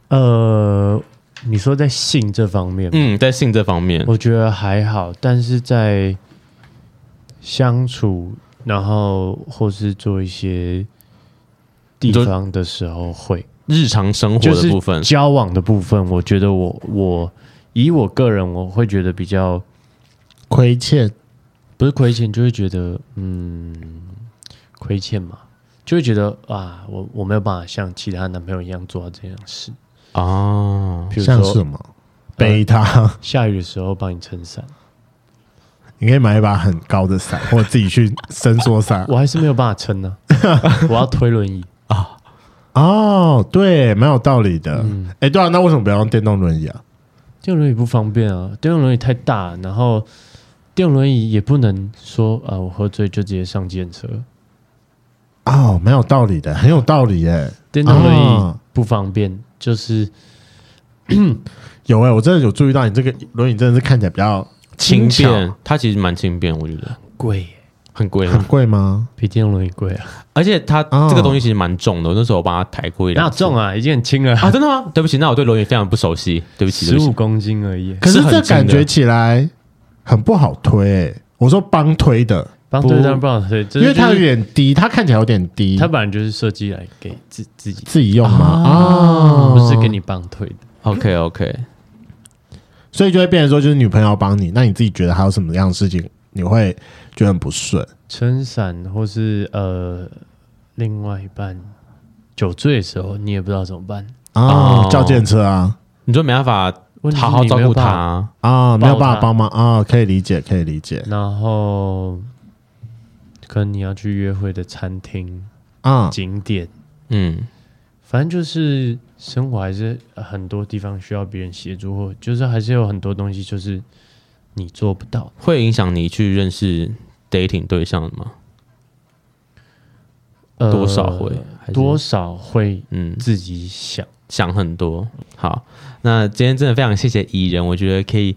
[SPEAKER 3] 呃，你说在性这方面，
[SPEAKER 2] 嗯，在性这方面，
[SPEAKER 3] 我觉得还好，但是在相处，然后或是做一些地
[SPEAKER 2] 说
[SPEAKER 3] 方的时候会，
[SPEAKER 2] 日常生活
[SPEAKER 3] 就
[SPEAKER 2] 的
[SPEAKER 3] 是
[SPEAKER 2] 部分，
[SPEAKER 3] 交往的部分，我觉得我我以我个人，我会觉得比较
[SPEAKER 1] 亏欠
[SPEAKER 3] 不是亏欠，就会觉得嗯，亏欠嘛，就会觉得啊，我我没有办法像其他男朋友一样做到这样事，
[SPEAKER 2] 哦，
[SPEAKER 3] 比如
[SPEAKER 1] 像是
[SPEAKER 3] 说
[SPEAKER 1] 什么？背它，
[SPEAKER 3] 下雨的时候帮你撑伞，
[SPEAKER 1] 你可以买一把很高的 伞，或者自己去伸缩伞。
[SPEAKER 3] 我还是没有办法撑 呢、我要推轮椅。
[SPEAKER 1] 哦，对，蛮有道理的。哎、
[SPEAKER 2] 嗯
[SPEAKER 1] 对啊，那为什么不要用电动轮椅啊？
[SPEAKER 3] 电动轮椅不方便啊，电动轮椅太大，然后电动轮椅也不能说啊，我喝醉就直接上电车，
[SPEAKER 1] 哦，蛮有道理的，很有道理耶。
[SPEAKER 3] 电动轮椅
[SPEAKER 1] 哦
[SPEAKER 3] 不方便，就是
[SPEAKER 1] 有哎、我真的有注意到你这个轮椅真的是看起来比较
[SPEAKER 2] 轻
[SPEAKER 1] 巧，
[SPEAKER 2] 便，它其实蛮轻便，我觉得
[SPEAKER 3] 贵耶，
[SPEAKER 2] 很贵
[SPEAKER 1] 很
[SPEAKER 2] 啊，
[SPEAKER 1] 贵吗？
[SPEAKER 3] 比电动轮椅贵啊，
[SPEAKER 2] 而且它
[SPEAKER 1] 哦
[SPEAKER 2] 这个东西其实蛮重的，我那时候我帮它抬过一
[SPEAKER 3] 哪有
[SPEAKER 2] 辆，
[SPEAKER 3] 重啊，已经很轻了，
[SPEAKER 2] 啊，真的吗？对不起，那我对轮椅非常不熟悉，对不起，对
[SPEAKER 3] 十
[SPEAKER 2] 不起
[SPEAKER 3] 五公斤而已，
[SPEAKER 1] 可是
[SPEAKER 2] 是很
[SPEAKER 1] 这
[SPEAKER 2] 轻的
[SPEAKER 1] 感觉起来很不好推、欸。我说帮推的，
[SPEAKER 3] 帮
[SPEAKER 2] 不
[SPEAKER 3] 对方不好推，
[SPEAKER 1] 因为它
[SPEAKER 3] 它
[SPEAKER 1] 有点低，它看起来有点低，
[SPEAKER 3] 它本来就是设计来给自自己，
[SPEAKER 1] 自己用吗？啊，
[SPEAKER 3] 不是给你帮推的，
[SPEAKER 2] OK OK，
[SPEAKER 1] 所以就会变成说，就是女朋友帮你，那你自己觉得还有什么样的事情你会觉得很不顺？
[SPEAKER 3] 撑伞或是呃另外一半酒醉的时候，你也不知道怎么办，
[SPEAKER 1] 啊，
[SPEAKER 2] 哦
[SPEAKER 1] 叫电车啊
[SPEAKER 2] 你就没办法
[SPEAKER 3] 问题是
[SPEAKER 2] 好好
[SPEAKER 3] 你
[SPEAKER 2] 照
[SPEAKER 3] 没有
[SPEAKER 2] 顾
[SPEAKER 3] 办法
[SPEAKER 2] 他，
[SPEAKER 1] 啊，没有办
[SPEAKER 3] 抱
[SPEAKER 1] 法
[SPEAKER 3] 他
[SPEAKER 1] 帮忙啊，可以理解，可以理解
[SPEAKER 3] 然后可能你要去约会的餐厅、
[SPEAKER 1] 啊。
[SPEAKER 3] 景点，
[SPEAKER 2] 嗯，
[SPEAKER 3] 反正就是生活还是很多地方需要别人协助，或就是还是有很多东西就是你做不到。
[SPEAKER 2] 会影响你去认识 dating 对象吗？
[SPEAKER 3] 呃
[SPEAKER 2] 多少会，还是
[SPEAKER 3] 多少会
[SPEAKER 2] 嗯
[SPEAKER 3] 自己想。
[SPEAKER 2] 想很多。好，那今天真的非常谢谢伊人，我觉得可以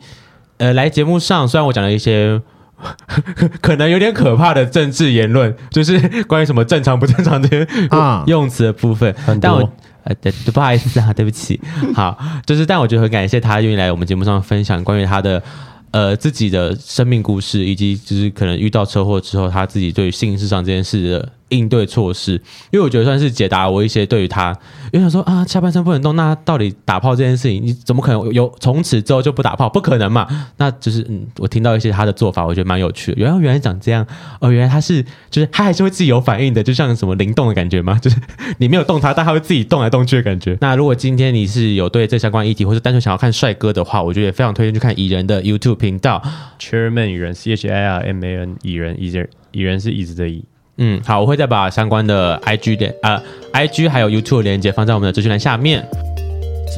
[SPEAKER 2] 呃来节目上，虽然我讲了一些 可能有点可怕的政治言论，就是关于什么正常不正常这些
[SPEAKER 1] 啊
[SPEAKER 2] 用词的部分，
[SPEAKER 3] 很多
[SPEAKER 2] 但我。呃，对，对不好意思 啊，对不起。好，就是，但我觉得很感谢他愿意来我们节目上分享关于他的呃自己的生命故事，以及就是可能遇到车祸之后他自己对于性事上这件事的应对措施。因为我觉得算是解答我一些对于他，因为想说啊，下半身不能动，那到底打炮这件事情，你怎么可能有有从此之后就不打炮？不可能嘛？那就是嗯，我听到一些他的做法，我觉得蛮有趣的。原来原来长这样，哦，原来他是就是他还是会自己有反应的，就像什么灵动的感觉嘛，就是你没有动它，但它会自己动来动去的感觉。那如果今天你是有对这相关议题，或是单纯想要看帅哥的话，我觉得也非常推荐去看蚁人的 YouTube 频道。
[SPEAKER 3] Chairman 蚁人 C H I R M A N 蚁人蚁人蚁人是椅子的椅。
[SPEAKER 2] 嗯，好，我会再把相关的 IG 连呃 IG 还有 YouTube 的连接放在我们的资讯栏下面。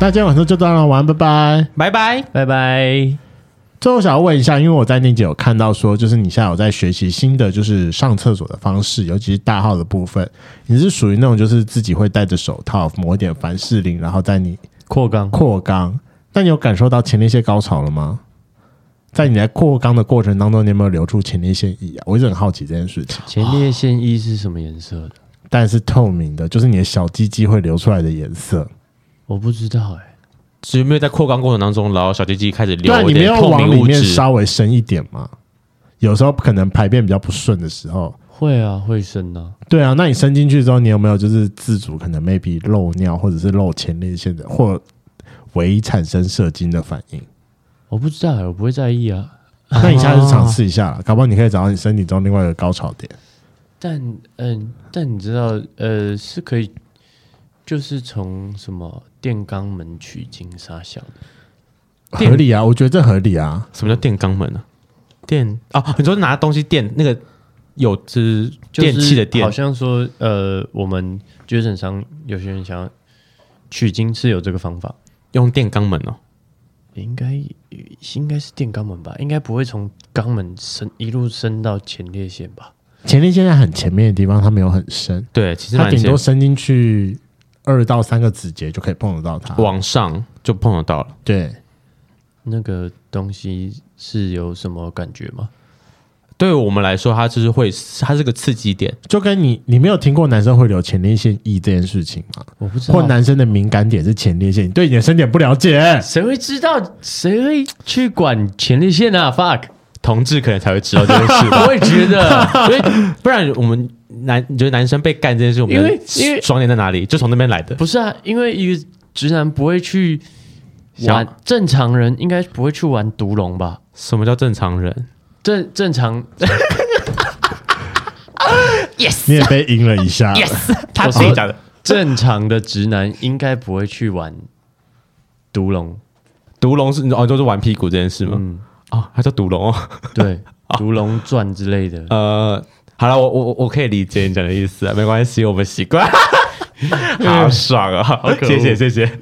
[SPEAKER 1] 那今天晚上就到这玩，拜拜。
[SPEAKER 2] 拜拜。
[SPEAKER 3] 拜拜。
[SPEAKER 1] 最后想要问一下，因为我在那集有看到说，就是你现在有在学习新的就是上厕所的方式，尤其是大号的部分，你是属于那种就是自己会戴着手套抹一点凡士林，然后在你
[SPEAKER 3] 扩肛
[SPEAKER 1] 扩肛。那你有感受到前列腺高潮了吗？在你在扩肛的过程当中，你有没有流出前列腺液啊？我一直很好奇这件事情。
[SPEAKER 3] 前列腺衣是什么颜色的？
[SPEAKER 1] 但是透明的，就是你的小鸡鸡会流出来的颜色。
[SPEAKER 3] 我不知道哎、
[SPEAKER 2] 只有没有在扩肛过程当中，然后小鸡鸡开始流
[SPEAKER 1] 对啊，你
[SPEAKER 2] 一
[SPEAKER 1] 没
[SPEAKER 2] 点
[SPEAKER 1] 有
[SPEAKER 2] 透
[SPEAKER 1] 往
[SPEAKER 2] 明
[SPEAKER 1] 里
[SPEAKER 2] 物
[SPEAKER 1] 面
[SPEAKER 2] 质，
[SPEAKER 1] 稍微深一点吗？有时候可能排便比较不顺的时候，
[SPEAKER 3] 会啊，会生啊。
[SPEAKER 1] 对啊，那你伸进去之后，你有没有就是自主可能 maybe 漏尿或者是漏前列腺的或为产生射精的反应？
[SPEAKER 3] 我不知道、欸，我不会在意啊。
[SPEAKER 1] 那你下次尝试一下啦，搞不好你可以找到你身体中另外一个高潮点。
[SPEAKER 3] 但嗯、但你知道，呃，是可以，就是从什么电肛门取经啥想的，
[SPEAKER 1] 合理啊，我觉得这合理啊。
[SPEAKER 2] 什么叫电肛门呢、电哦，你说拿东西电那个有只
[SPEAKER 3] 就是
[SPEAKER 2] 电器的电
[SPEAKER 3] 好，像说呃，我们捐诊商有些人想要取经是有这个方法，
[SPEAKER 2] 用电肛门哦。
[SPEAKER 3] 应该应该是电肛门吧，应该不会从肛门伸一路伸到前列腺吧？
[SPEAKER 1] 前列腺在很前面的地方，它没有很深，
[SPEAKER 2] 对，其实
[SPEAKER 1] 它
[SPEAKER 2] 蛮
[SPEAKER 1] 顶
[SPEAKER 2] 简
[SPEAKER 1] 多伸进去二到三个指节就可以碰得到它。
[SPEAKER 2] 往上就碰得到了。
[SPEAKER 1] 对，
[SPEAKER 3] 那个东西是有什么感觉吗？
[SPEAKER 2] 对我们来说，它就是会，它是个刺激点。
[SPEAKER 1] 就跟你你没有听过男生会留前列腺液这件事情吗？
[SPEAKER 3] 我不知
[SPEAKER 1] 或
[SPEAKER 3] 道，
[SPEAKER 1] 男生的敏感点是前列腺，你对你的身体不了解。
[SPEAKER 3] 谁会知道？谁会去管前列腺啊？fuck，
[SPEAKER 2] 同志可能才会知道这件事 吧，
[SPEAKER 3] 我也 觉得。
[SPEAKER 2] 因为不然我们男，你觉得男生被干这件事，我们
[SPEAKER 3] 因为因为
[SPEAKER 2] 的爽点在哪里？就从那边来的。
[SPEAKER 3] 不是啊，因为一个直男不会去
[SPEAKER 2] 想
[SPEAKER 3] 玩，正常人应该不会去玩独龙吧？
[SPEAKER 2] 什么叫正常人？
[SPEAKER 3] 正正常，
[SPEAKER 1] 你也被阴了一下
[SPEAKER 2] 他
[SPEAKER 3] 我
[SPEAKER 2] 自己
[SPEAKER 3] 说
[SPEAKER 2] 讲的，
[SPEAKER 3] 正常的直男应该不会去玩独龙，
[SPEAKER 2] 独龙是哦，就是玩屁股这件事吗？
[SPEAKER 3] 嗯，
[SPEAKER 2] 哦，他叫独龙哦。
[SPEAKER 3] 对，独龙传之类的。
[SPEAKER 2] 呃，好了，我我我我可以理解你讲的意思 啊，没关系，我们习惯。好爽啊！
[SPEAKER 3] 可恶
[SPEAKER 2] 谢谢谢谢。